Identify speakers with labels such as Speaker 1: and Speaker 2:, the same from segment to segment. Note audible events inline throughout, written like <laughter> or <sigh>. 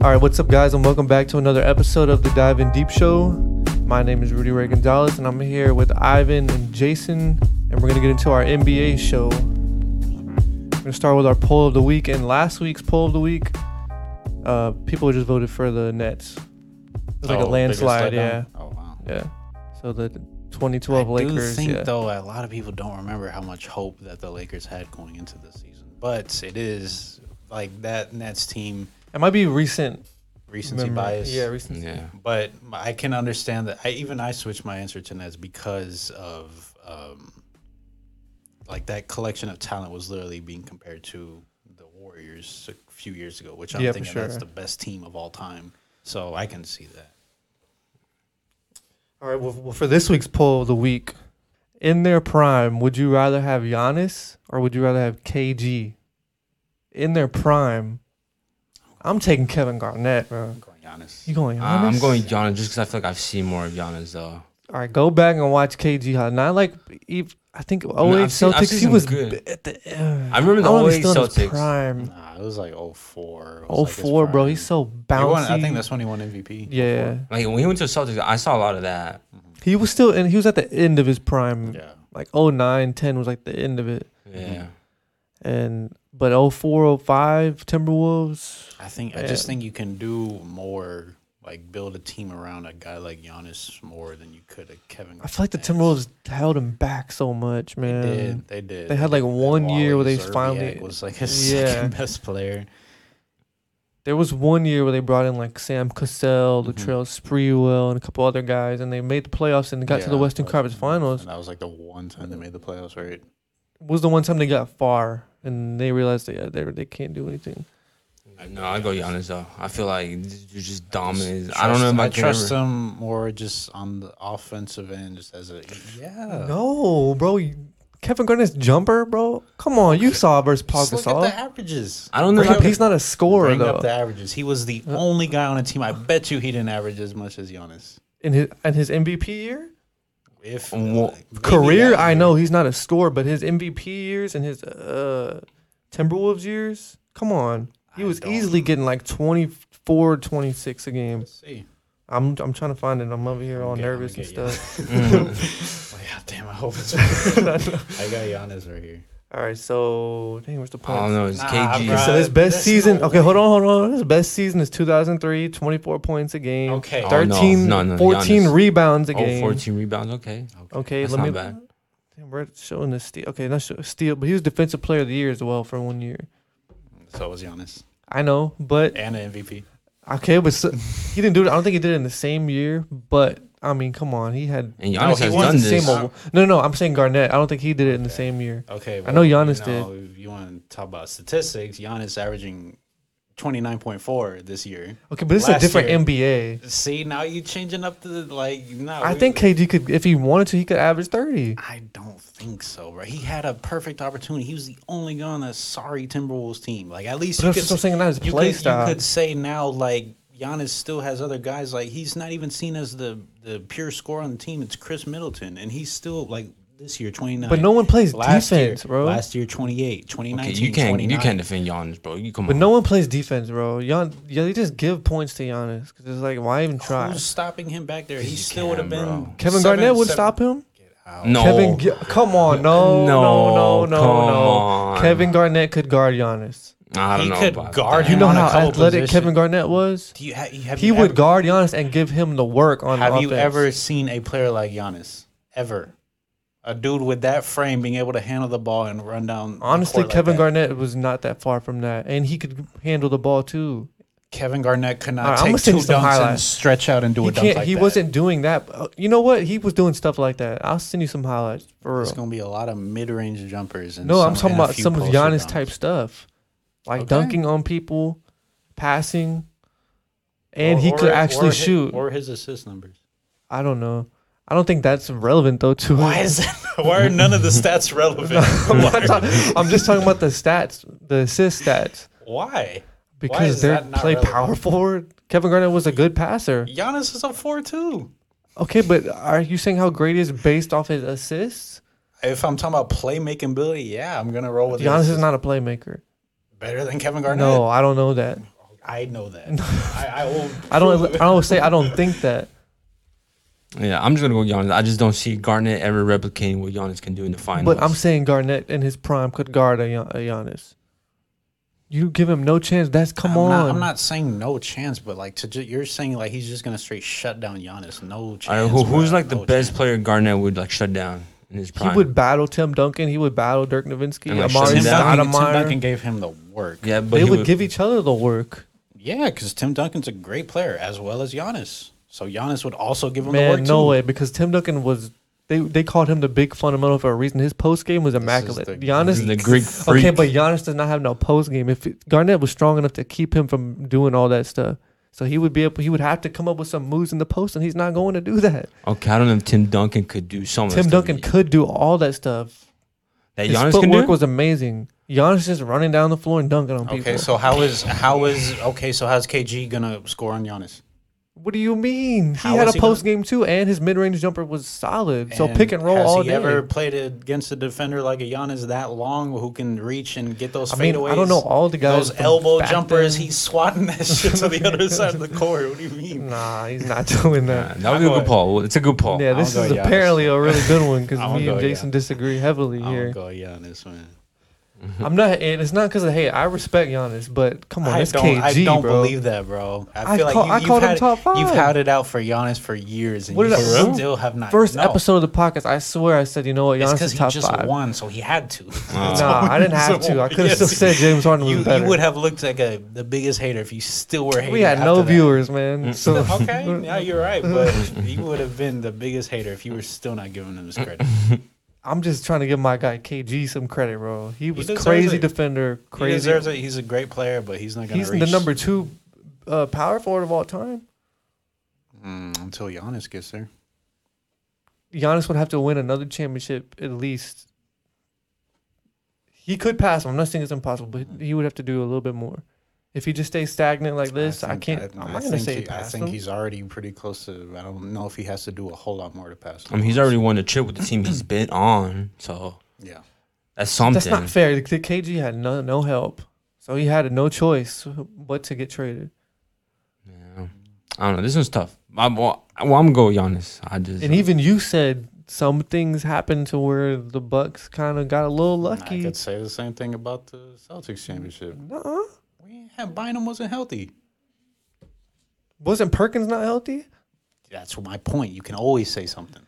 Speaker 1: All right, what's up, guys, and welcome back to another episode of the Dive In Deep Show. My name is Rudy Ray Gonzalez, and I'm here with Ivan and Jason, and we're gonna get into our NBA show. We're gonna start with our poll of the week, and last week's poll of the week, uh, people just voted for the Nets. It was like a
Speaker 2: Oh, biggest
Speaker 1: landslide, yeah,
Speaker 2: letdown? Oh wow.
Speaker 1: yeah. So the 2012
Speaker 2: I do
Speaker 1: Lakers,
Speaker 2: think
Speaker 1: yeah.
Speaker 2: though a lot of people don't remember how much hope that the Lakers had going into the season, but it is like that Nets team
Speaker 1: It might be recent.
Speaker 2: recency
Speaker 1: memory.
Speaker 2: bias.
Speaker 1: Yeah, recent.
Speaker 3: Yeah.
Speaker 2: but I can understand that. I even I switched my answer to Nets because of um, like that collection of talent was literally being compared to the Warriors a few years ago, which I'm
Speaker 1: Yeah, for
Speaker 2: thinking
Speaker 1: sure.
Speaker 2: that's the best team of all time. So I can see that.
Speaker 1: All right. Well, well, for this week's poll of the week, in their prime, would you rather have Giannis or would you rather have KG? In their prime, I'm taking Kevin Garnett, bro.
Speaker 2: I'm going Giannis.
Speaker 1: You going Giannis?
Speaker 3: I- Uh, I'm going Giannis just because I feel like I've seen more of Giannis though.
Speaker 1: All right, go back and watch KG. hot. Not like Eve. I think 08
Speaker 3: I've seen- I've
Speaker 1: Celtics.
Speaker 3: seen
Speaker 1: he
Speaker 3: him
Speaker 1: was
Speaker 3: good.
Speaker 1: b- at the. Uh,
Speaker 3: I remember the
Speaker 1: don't know if
Speaker 3: 08
Speaker 1: he's still in his
Speaker 3: Celtics.
Speaker 1: Prime.
Speaker 2: Nah, it was like 04.
Speaker 1: Mm-hmm.
Speaker 2: It was
Speaker 1: Oh
Speaker 2: like his
Speaker 1: four, bro.
Speaker 2: prime.
Speaker 1: He's so
Speaker 2: He
Speaker 1: bouncy.
Speaker 2: won- I think that's when he won MVP.
Speaker 1: yeah.
Speaker 3: Like when he went to the Celtics, I saw a lot of that.
Speaker 1: He was still, and he was at the end of his prime.
Speaker 2: Mm-hmm. Yeah.
Speaker 1: Like 09, 10 was like the end of it.
Speaker 3: Yeah.
Speaker 1: and but 04, 05 Timberwolves.
Speaker 2: I think I just
Speaker 1: Yeah.
Speaker 2: think you can do more, like build a team around a guy like Giannis more than you could a Kevin.
Speaker 1: I feel like the
Speaker 2: Garnett.
Speaker 1: Timberwolves held him back so much,
Speaker 2: They
Speaker 1: man.
Speaker 2: did. They did.
Speaker 1: They had, like, one year where they
Speaker 2: Zerbiak
Speaker 1: finally-
Speaker 2: was like his
Speaker 1: Yeah.
Speaker 2: second best player.
Speaker 1: There was one year where they brought in like Sam Cassell,
Speaker 2: Mhm.
Speaker 1: Latrell Sprewell, and a couple other guys, and they made the playoffs and got to the
Speaker 2: Yeah,
Speaker 1: Western
Speaker 2: but-
Speaker 1: Conference Finals.
Speaker 2: And that was like the one time they made the playoffs, right?
Speaker 1: Was the one time they got far, and they realized they they, they can't do anything.
Speaker 3: No, I go Giannis though. I feel like you're just dominant.
Speaker 2: Trust,
Speaker 3: I don't know if I,
Speaker 2: I
Speaker 3: can
Speaker 2: trust
Speaker 3: ever-
Speaker 2: him more just on the offensive end, just as a yeah.
Speaker 1: No, bro, you- Kevin Garnett's jumper, bro. Come on, you saw versus Paul
Speaker 2: Just look at the
Speaker 1: Gasol.
Speaker 2: averages.
Speaker 3: I don't know.
Speaker 1: Bring
Speaker 3: If I
Speaker 1: up-
Speaker 3: can,
Speaker 1: He's not a scorer
Speaker 2: Bring
Speaker 1: though.
Speaker 2: up the averages. He was the only guy on a team. I bet you he didn't average as much as Giannis.
Speaker 1: In his in his MVP year,
Speaker 2: If
Speaker 3: Well,
Speaker 2: like, maybe
Speaker 1: career,
Speaker 2: that
Speaker 1: I
Speaker 2: year.
Speaker 1: know he's not a scorer, but his MVP years and his uh, Timberwolves years, come on. He
Speaker 2: I
Speaker 1: was
Speaker 2: don't-
Speaker 1: easily getting like 24, 26 a game.
Speaker 2: Let's see. <laughs>
Speaker 1: I'm I'm trying to find it. I'm over here all
Speaker 2: Okay, I'm
Speaker 1: nervous and
Speaker 2: gonna get
Speaker 1: stuff.
Speaker 2: Like, God damn! I hope
Speaker 1: <laughs>
Speaker 2: it's. <laughs> I got Giannis right here.
Speaker 1: all right, so dang, where's the
Speaker 3: I don't
Speaker 1: point?
Speaker 3: know. It's
Speaker 2: Nah,
Speaker 3: KG.
Speaker 2: bruh.
Speaker 1: So his
Speaker 2: Uh,
Speaker 1: best
Speaker 2: that's
Speaker 1: season.
Speaker 2: no
Speaker 1: okay, hold on, hold on. His best season is 2003, 24 points a game.
Speaker 2: Okay.
Speaker 3: Oh, no,
Speaker 1: 13,
Speaker 3: no, no,
Speaker 1: 14
Speaker 3: Giannis.
Speaker 1: rebounds a
Speaker 3: Oh,
Speaker 1: game.
Speaker 3: 14 rebounds. Okay.
Speaker 1: Okay,
Speaker 3: That's
Speaker 1: let me.
Speaker 3: not bad.
Speaker 1: Damn, we're showing the steal. Okay, not show, steal, but he was defensive player of the year as well for one year.
Speaker 2: So was Giannis
Speaker 1: I know, but
Speaker 2: and an MVP.
Speaker 1: Okay, but so, he didn't do it. I don't think he did it in the same year. But I mean, come on, he had.
Speaker 3: And Giannis
Speaker 2: No, he
Speaker 3: has
Speaker 2: won
Speaker 3: done
Speaker 1: the same
Speaker 3: this.
Speaker 1: old- no, no, I'm saying Garnett. I don't think he did it in the same year.
Speaker 2: Okay.
Speaker 1: I know Giannis
Speaker 2: did. If you want to talk about statistics, Giannis averaging twenty nine point four this year.
Speaker 1: Okay, but this
Speaker 2: Last
Speaker 1: is a different
Speaker 2: year.
Speaker 1: NBA.
Speaker 2: See, now you changing up the like. No,
Speaker 1: I
Speaker 2: we-
Speaker 1: think KG could, if he wanted to, he could average thirty.
Speaker 2: I don't think so, bro. He had a perfect opportunity. He was the only guy on that sorry Timberwolves team. Like at least
Speaker 1: But
Speaker 2: you
Speaker 1: that's
Speaker 2: could,
Speaker 1: what I'm saying, not his
Speaker 2: you
Speaker 1: play
Speaker 2: could,
Speaker 1: style.
Speaker 2: You could say now like Giannis still has other guys. Like he's not even seen as the the pure scorer on the team. It's Chris Middleton, and he's still like this year 29.
Speaker 1: But no one plays
Speaker 2: year-
Speaker 1: defense, bro.
Speaker 2: Last year 28,
Speaker 3: Okay,
Speaker 2: 2019,
Speaker 3: you can't. You
Speaker 2: 29.
Speaker 3: can't defend Giannis, bro. You come
Speaker 1: But
Speaker 3: on.
Speaker 1: no one plays defense, bro. Gian, yeah, they just give points to Giannis because it's like, why even try?
Speaker 2: Who's stopping him back there? He
Speaker 3: You
Speaker 2: still would have
Speaker 3: can,
Speaker 2: been.
Speaker 3: bro.
Speaker 1: Kevin
Speaker 2: seven-
Speaker 1: Garnett would
Speaker 2: seven-
Speaker 1: stop him.
Speaker 3: No.
Speaker 1: Kevin, Gi- come on, no, no, no, no,
Speaker 3: No, come
Speaker 1: no.
Speaker 3: on.
Speaker 1: Kevin Garnett could guard Giannis.
Speaker 3: I don't
Speaker 2: He
Speaker 3: know.
Speaker 2: could
Speaker 3: about
Speaker 2: guard
Speaker 3: that.
Speaker 1: You know
Speaker 2: On a
Speaker 1: how
Speaker 2: couple
Speaker 1: athletic
Speaker 2: position.
Speaker 1: Kevin Garnett was.
Speaker 2: Do you ha- you- have
Speaker 1: He
Speaker 2: you
Speaker 1: would
Speaker 2: ever-
Speaker 1: guard Giannis and give him the work on
Speaker 2: Have
Speaker 1: offense.
Speaker 2: you ever seen a player like Giannis ever? A dude with that frame being able to handle the ball and run down. the
Speaker 1: Honestly,
Speaker 2: court like
Speaker 1: Kevin
Speaker 2: that.
Speaker 1: Garnett was not that far from that, and he could handle the ball too.
Speaker 2: Kevin Garnett could
Speaker 1: All right,
Speaker 2: not
Speaker 1: I'm gonna
Speaker 2: take
Speaker 1: send
Speaker 2: two
Speaker 1: you some
Speaker 2: dunks and
Speaker 1: highlights.
Speaker 2: stretch out and do
Speaker 1: He
Speaker 2: a dunk
Speaker 1: can't.
Speaker 2: like
Speaker 1: he
Speaker 2: that.
Speaker 1: wasn't doing that. Uh, You know what? He was doing stuff like that. I'll send you some highlights for
Speaker 2: It's
Speaker 1: real.
Speaker 2: gonna be a lot of mid-range jumpers. And
Speaker 1: No, I'm
Speaker 2: some-
Speaker 1: talking
Speaker 2: and a
Speaker 1: about
Speaker 2: few
Speaker 1: some of
Speaker 2: poster
Speaker 1: Giannis
Speaker 2: dunks.
Speaker 1: type stuff, like
Speaker 2: Okay.
Speaker 1: dunking on people, passing, and
Speaker 2: Or-
Speaker 1: he could
Speaker 2: or-
Speaker 1: actually
Speaker 2: or his-
Speaker 1: shoot.
Speaker 2: or his assist numbers.
Speaker 1: I don't know. I don't think that's relevant though. To
Speaker 2: Why is that? <laughs> Why are none of the stats relevant?
Speaker 1: <laughs> I'm, not talking- I'm just talking about the stats, the assist stats,
Speaker 2: Why?
Speaker 1: because
Speaker 2: is
Speaker 1: they
Speaker 2: that not
Speaker 1: play
Speaker 2: relevant?
Speaker 1: power forward. Kevin Garnett was a good passer.
Speaker 2: Giannis is a four two.
Speaker 1: Okay, but are you saying how great he is based off his assists?
Speaker 2: If I'm talking about playmaking ability, yeah, I'm gonna roll with
Speaker 1: Giannis
Speaker 2: this.
Speaker 1: is not a playmaker.
Speaker 2: better than Kevin Garnett.
Speaker 1: No, I don't know that.
Speaker 2: I know that.
Speaker 1: <laughs>
Speaker 2: I, I will.
Speaker 1: I don't.
Speaker 2: prove
Speaker 1: I
Speaker 2: it.
Speaker 1: don't say I don't think
Speaker 2: <laughs>
Speaker 1: that.
Speaker 4: Yeah, I'm just gonna go Giannis. I just don't see Garnett ever replicating what Giannis can do in the finals.
Speaker 1: But I'm saying Garnett in his prime could guard a, Gian- a Giannis. You give him no chance. That's come
Speaker 2: I'm
Speaker 1: on.
Speaker 2: Not, I'm not saying no chance, but like to ju- you're saying like he's just gonna straight shut down Giannis. No
Speaker 4: All
Speaker 2: chance.
Speaker 4: right, who, who's
Speaker 2: bruh,
Speaker 4: like the
Speaker 2: no
Speaker 4: best
Speaker 2: chance.
Speaker 4: player Garnett would like shut down in his
Speaker 1: He
Speaker 4: prime?
Speaker 1: would battle Tim Duncan. He would battle Dirk Nowitzki.
Speaker 4: And, like,
Speaker 1: Amari
Speaker 4: shut
Speaker 2: Tim
Speaker 4: him down.
Speaker 2: Duncan, Tim Duncan
Speaker 1: Stoudemire.
Speaker 2: gave him the work.
Speaker 4: Yeah, but
Speaker 1: They
Speaker 4: he
Speaker 1: would, give each other the work.
Speaker 2: Yeah, because Tim Duncan's a great player as well as Giannis. So Giannis would also give him the
Speaker 1: Man,
Speaker 2: work
Speaker 1: no
Speaker 2: too.
Speaker 1: way. Because Tim Duncan was. They, they called him the big fundamental for a reason. His post game was immaculate.
Speaker 2: the-
Speaker 4: This
Speaker 1: Giannis
Speaker 4: is the Greek freak.
Speaker 1: Okay, but Giannis does not have no post game. If it- Garnett was strong enough to keep him from doing all that stuff, so he would be able, he would have to come up with some moves in the post, and he's not going to do that.
Speaker 4: okay, I don't know if Tim Duncan could do something.
Speaker 1: Tim Duncan could do all that stuff.
Speaker 4: that
Speaker 1: His
Speaker 4: Giannis can do.
Speaker 1: footwork was amazing. Giannis just running down the floor and dunking on people.
Speaker 2: Okay, so how is how is okay? So how's KG gonna score on Giannis?
Speaker 1: what do you mean? He
Speaker 2: How
Speaker 1: had a
Speaker 2: is he gonna-
Speaker 1: post game too, and his mid range jumper was solid. so
Speaker 2: And
Speaker 1: pick and roll
Speaker 2: has
Speaker 1: all
Speaker 2: he
Speaker 1: day.
Speaker 2: ever played against a defender like a Giannis that long who can reach and get those
Speaker 1: I mean,
Speaker 2: fadeaways?
Speaker 1: I don't know all the guys.
Speaker 2: Those
Speaker 1: from
Speaker 2: elbow
Speaker 1: back
Speaker 2: jumpers,
Speaker 1: then.
Speaker 2: he's
Speaker 1: <laughs>
Speaker 2: swatting that shit to the other side of the court. What do you mean?
Speaker 1: nah, he's not <laughs> doing that.
Speaker 4: Yeah, that would be a good poll. It's a good poll.
Speaker 1: Yeah, this
Speaker 2: go
Speaker 1: is
Speaker 2: Giannis.
Speaker 1: apparently a really good one because
Speaker 2: <laughs> I won't
Speaker 1: me and
Speaker 2: go
Speaker 1: Jason disagree heavily
Speaker 2: I'll
Speaker 1: here.
Speaker 2: go Giannis, man.
Speaker 1: I'm not, and it's not because of hey, I respect Giannis, but come on,
Speaker 2: I
Speaker 1: it's
Speaker 2: don't,
Speaker 1: KG,
Speaker 2: I don't
Speaker 1: bro.
Speaker 2: believe that, bro. I
Speaker 1: I
Speaker 2: feel
Speaker 1: call- I
Speaker 2: like you,
Speaker 1: called
Speaker 2: you've,
Speaker 1: him
Speaker 2: had,
Speaker 1: top five.
Speaker 2: you've had it out for Giannis for years, and
Speaker 1: What
Speaker 2: you
Speaker 1: did I- For real?
Speaker 2: still have not.
Speaker 1: First
Speaker 2: no,
Speaker 1: episode of the podcast, I swear I said, you know what,
Speaker 2: it's
Speaker 1: Giannis
Speaker 2: because
Speaker 1: is
Speaker 2: he
Speaker 1: top
Speaker 2: just
Speaker 1: five.
Speaker 2: won, so <laughs> he had to.
Speaker 1: Nah, I didn't have to. I could have
Speaker 2: Yes.
Speaker 1: still said James Harden was
Speaker 2: you,
Speaker 1: better.
Speaker 2: you would have looked like a the biggest hater if you still were hating.
Speaker 1: we had
Speaker 2: after
Speaker 1: no
Speaker 2: that.
Speaker 1: viewers, man. So
Speaker 2: <laughs> Okay, now you're
Speaker 1: <laughs>
Speaker 2: right, but you would have been the biggest hater if you were still not giving him his credit.
Speaker 1: I'm just trying to give my guy KG some credit, bro. He was
Speaker 2: deserves
Speaker 1: crazy
Speaker 2: it.
Speaker 1: defender,
Speaker 2: He
Speaker 1: crazy.
Speaker 2: deserves it. He's a great player, but he's not going
Speaker 1: He's
Speaker 2: to reach
Speaker 1: the number two uh, power forward of all time.
Speaker 2: Mm, until Giannis gets there.
Speaker 1: Giannis would have to win another championship at least. He could pass him. I'm not saying it's impossible, but he would have to do a little bit more. If he just stays stagnant like this, I,
Speaker 2: think-
Speaker 1: can't. I, am not gonna
Speaker 2: think
Speaker 1: say
Speaker 2: he- I
Speaker 1: pass
Speaker 2: think
Speaker 1: him.
Speaker 2: he's already pretty close to. I don't know if he has to do a whole lot more to pass.
Speaker 4: I mean, he's already won the chip with the team
Speaker 1: <clears throat>
Speaker 4: he's been on, so
Speaker 2: Yeah.
Speaker 4: that's something.
Speaker 1: That's not fair. The the KG had no no help, so he had no choice but to get traded.
Speaker 4: Yeah. I don't know. This one's tough. I'm, well, I'm gonna go Giannis. I just
Speaker 1: And even you said some things happened to where the Bucks kind of got a little
Speaker 2: I
Speaker 1: lucky.
Speaker 2: could say the same thing about the Celtics championship.
Speaker 1: Nuh-uh.
Speaker 2: We had Bynum wasn't healthy.
Speaker 1: Wasn't Perkins not healthy?
Speaker 2: That's my point. You can always say something.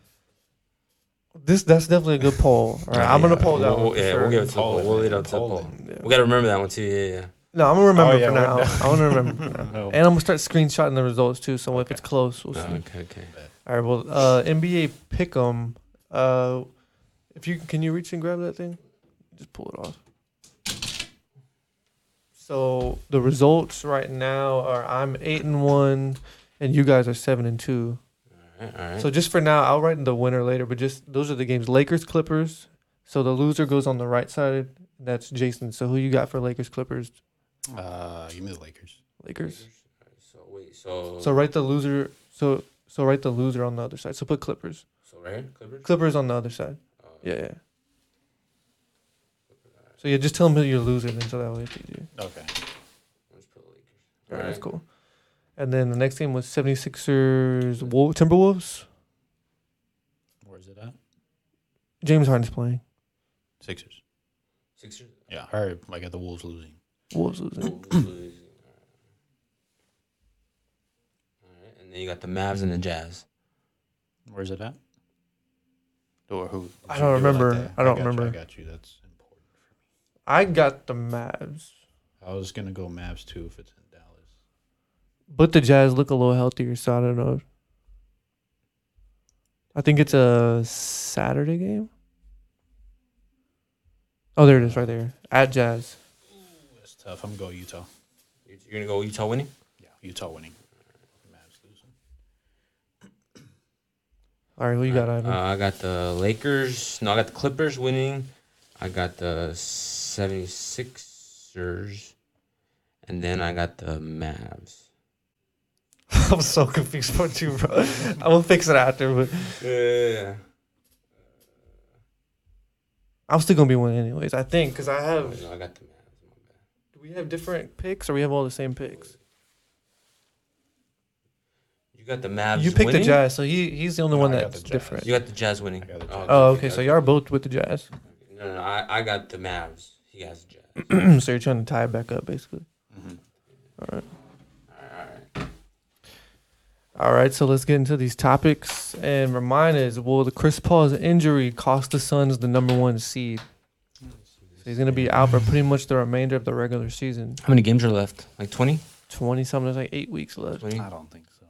Speaker 1: This that's definitely a good poll. All right, I'm gonna poll that
Speaker 4: we'll,
Speaker 1: one. for
Speaker 4: uh, Yeah,
Speaker 1: sure.
Speaker 4: we'll give it to the
Speaker 2: Poll
Speaker 4: poll.
Speaker 2: it,
Speaker 4: We'll lead
Speaker 2: man.
Speaker 4: up to the
Speaker 2: Poll
Speaker 4: poll. We gotta remember that one too. Yeah, yeah.
Speaker 1: No, I'm gonna remember
Speaker 2: Oh, yeah,
Speaker 1: for
Speaker 2: we're
Speaker 1: now. I want to remember. For now. And I'm gonna start screenshotting the results too. So if it's close, we'll see.
Speaker 4: Oh, okay, okay.
Speaker 1: All right. Well, uh, NBA Pick'em. Uh, if you can, you reach and grab that thing. Just pull it off. So the results right now are I'm eight and one, and you guys are seven and two.
Speaker 4: All right, all right.
Speaker 1: So just for now, I'll write in the winner later. But just those are the games: Lakers, Clippers. So the loser goes on the right side. And that's Jason. So who you got for Lakers, Clippers,
Speaker 2: Uh, give me the Lakers.
Speaker 1: Lakers?
Speaker 4: So wait, so
Speaker 1: So
Speaker 4: so,
Speaker 1: write the loser. So so write the loser on the other side. So put Clippers.
Speaker 4: right here, Clippers. Oh,
Speaker 1: Clippers on the other side. Yeah, yeah. So yeah, just tell them who your loser then, so that way it's easier.
Speaker 2: Okay.
Speaker 4: Let's put Lakers.
Speaker 1: All right, that's
Speaker 4: Alright.
Speaker 1: cool. And then the next game was 76ers Wol- Timberwolves.
Speaker 2: Where's it at?
Speaker 1: James Harden's playing.
Speaker 2: Sixers.
Speaker 4: Sixers.
Speaker 2: Yeah. I heard. I got the Wolves losing.
Speaker 1: Wolves <clears throat> losing.
Speaker 4: All right, and then you got the Mavs and the Jazz.
Speaker 2: Where's it at? Or who?
Speaker 1: I don't remember. I don't
Speaker 2: got You,
Speaker 1: remember.
Speaker 2: I got you. That's important.
Speaker 1: I got the Mavs,
Speaker 2: I was gonna go Mavs too if it's in Dallas.
Speaker 1: but the Jazz look a little healthier, so I don't know. I think it's a Saturday game. Oh, there it is, right there at Jazz.
Speaker 2: That's tough. I'm gonna go Utah.
Speaker 4: You- You're gonna go Utah winning.
Speaker 2: Yeah, Utah winning. Mavs losing.
Speaker 1: All right, who you got, Ivan?
Speaker 4: Uh, I got the Lakers. No, I got the Clippers winning. I got the 76ers. And then I got the Mavs.
Speaker 1: I'm so confused about you, bro. I will fix it after, but
Speaker 4: Yeah.
Speaker 1: I'm still gonna be one anyways. I think because I have.
Speaker 4: No, I got the Mavs.
Speaker 1: Do we have different picks, or we have all the same picks?
Speaker 4: got the Mavs.
Speaker 1: You picked
Speaker 4: winning?
Speaker 1: the Jazz, so he he's the only
Speaker 2: No,
Speaker 1: one
Speaker 2: I got
Speaker 1: that's
Speaker 2: the Jazz.
Speaker 1: different.
Speaker 4: You got the Jazz winning.
Speaker 2: I got the
Speaker 4: Oh,
Speaker 2: Jazz.
Speaker 1: Oh,
Speaker 4: okay,
Speaker 1: okay. So
Speaker 4: okay.
Speaker 1: y'all are both with the Jazz. <clears throat>
Speaker 4: No, no, I, I got the Mavs. He has the Jazz.
Speaker 1: so you're trying to tie it back up, basically. Mm-hmm. All right. All right. So let's get into these topics. And remind us: Will the Chris Paul's injury cost the Suns the number one seed? So he's gonna be out for pretty much the remainder of the regular season.
Speaker 4: How many games are left? Like 20?
Speaker 1: Twenty something. There's like eight weeks left.
Speaker 4: 20?
Speaker 2: I don't think so.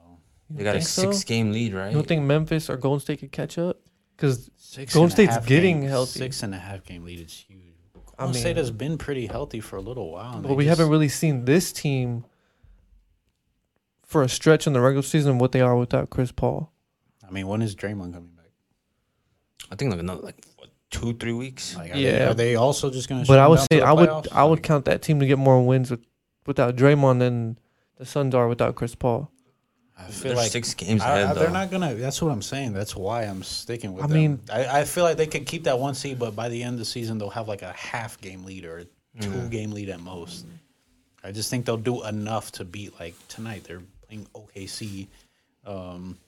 Speaker 1: You
Speaker 4: They got a
Speaker 1: think so?
Speaker 4: six game lead, right?
Speaker 1: You don't think Memphis or Golden State could catch up? Because
Speaker 2: Six
Speaker 1: Golden
Speaker 2: and a
Speaker 1: State's
Speaker 2: half
Speaker 1: getting
Speaker 2: game,
Speaker 1: healthy.
Speaker 2: Six and a half game lead is huge. Golden
Speaker 1: I mean-
Speaker 2: State has been pretty healthy for a little while. and
Speaker 1: but
Speaker 2: they
Speaker 1: we
Speaker 2: just-
Speaker 1: haven't really seen this team for a stretch in the regular season what they are without Chris Paul.
Speaker 2: I mean, when is Draymond coming back?
Speaker 4: I think like another like what, two, three weeks.
Speaker 2: Like, are They,
Speaker 1: Yeah.
Speaker 2: are they also just going to?
Speaker 1: But I would say I would I would count that team to get more wins with, without Draymond than the Suns are without Chris Paul.
Speaker 2: I feel
Speaker 4: There's
Speaker 2: like
Speaker 4: six games
Speaker 2: I- I-
Speaker 4: ahead,
Speaker 2: they're
Speaker 4: though.
Speaker 2: not gonna. That's what I'm saying. That's why I'm sticking with
Speaker 1: I
Speaker 2: them.
Speaker 1: mean-
Speaker 2: I, I feel like they could keep that one seed, but by the end of the season, they'll have like a half game lead or a two
Speaker 4: Mm-hmm.
Speaker 2: game lead at most. I just think they'll do enough to beat like tonight. They're playing OKC. Um,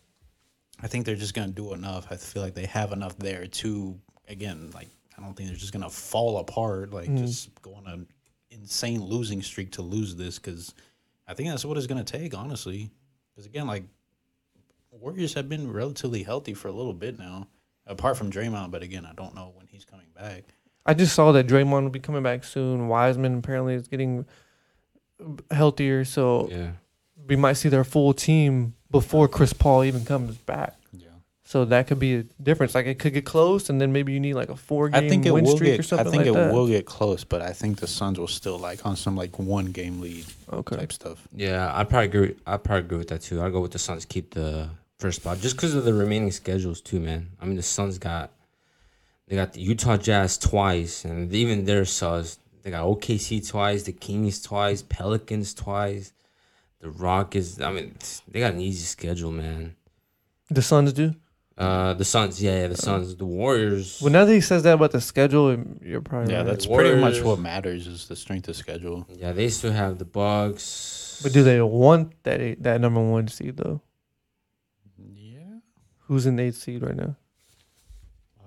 Speaker 2: I think they're just gonna do enough. I feel like they have enough there to again. Like I don't think they're just gonna fall apart. Like
Speaker 1: Mm.
Speaker 2: just go on an insane losing streak to lose this because I think that's what it's gonna take. Honestly, because again, like Warriors have been relatively healthy for a little bit now, apart from Draymond. But again, I don't know when he's coming back.
Speaker 1: I just saw that Draymond will be coming back soon. Wiseman apparently is getting healthier, so
Speaker 4: Yeah.
Speaker 1: we might see their full team before Chris Paul even comes back.
Speaker 2: Yeah,
Speaker 1: So that could be a difference. Like it could get close, and then maybe you need like a four game
Speaker 2: I think it
Speaker 1: win
Speaker 2: will
Speaker 1: streak
Speaker 2: get.
Speaker 1: or
Speaker 2: I
Speaker 1: something
Speaker 2: think
Speaker 1: like
Speaker 2: it
Speaker 1: that.
Speaker 2: will get close, but I think the Suns will still like on some like one game lead
Speaker 1: Okay.
Speaker 2: type stuff.
Speaker 4: Yeah, I probably agree. I probably agree with that too. I go with the Suns keep the first spot just because of the remaining schedules too, man. I mean, the Suns got they got the Utah Jazz twice, and even their Suns they got OKC twice, the Kings twice, Pelicans twice, the Rockets. I mean, they got an easy schedule, man.
Speaker 1: The Suns do.
Speaker 4: Uh, the Suns, yeah, yeah the Suns, the Warriors.
Speaker 1: Well, now that he says that about the schedule, you're probably
Speaker 2: Yeah,
Speaker 1: right.
Speaker 2: that's pretty much what matters is the strength of schedule.
Speaker 4: Yeah, they still have the Bucks.
Speaker 1: But do they want that eight, that number one seed though?
Speaker 2: Yeah,
Speaker 1: Who's in eighth seed right now?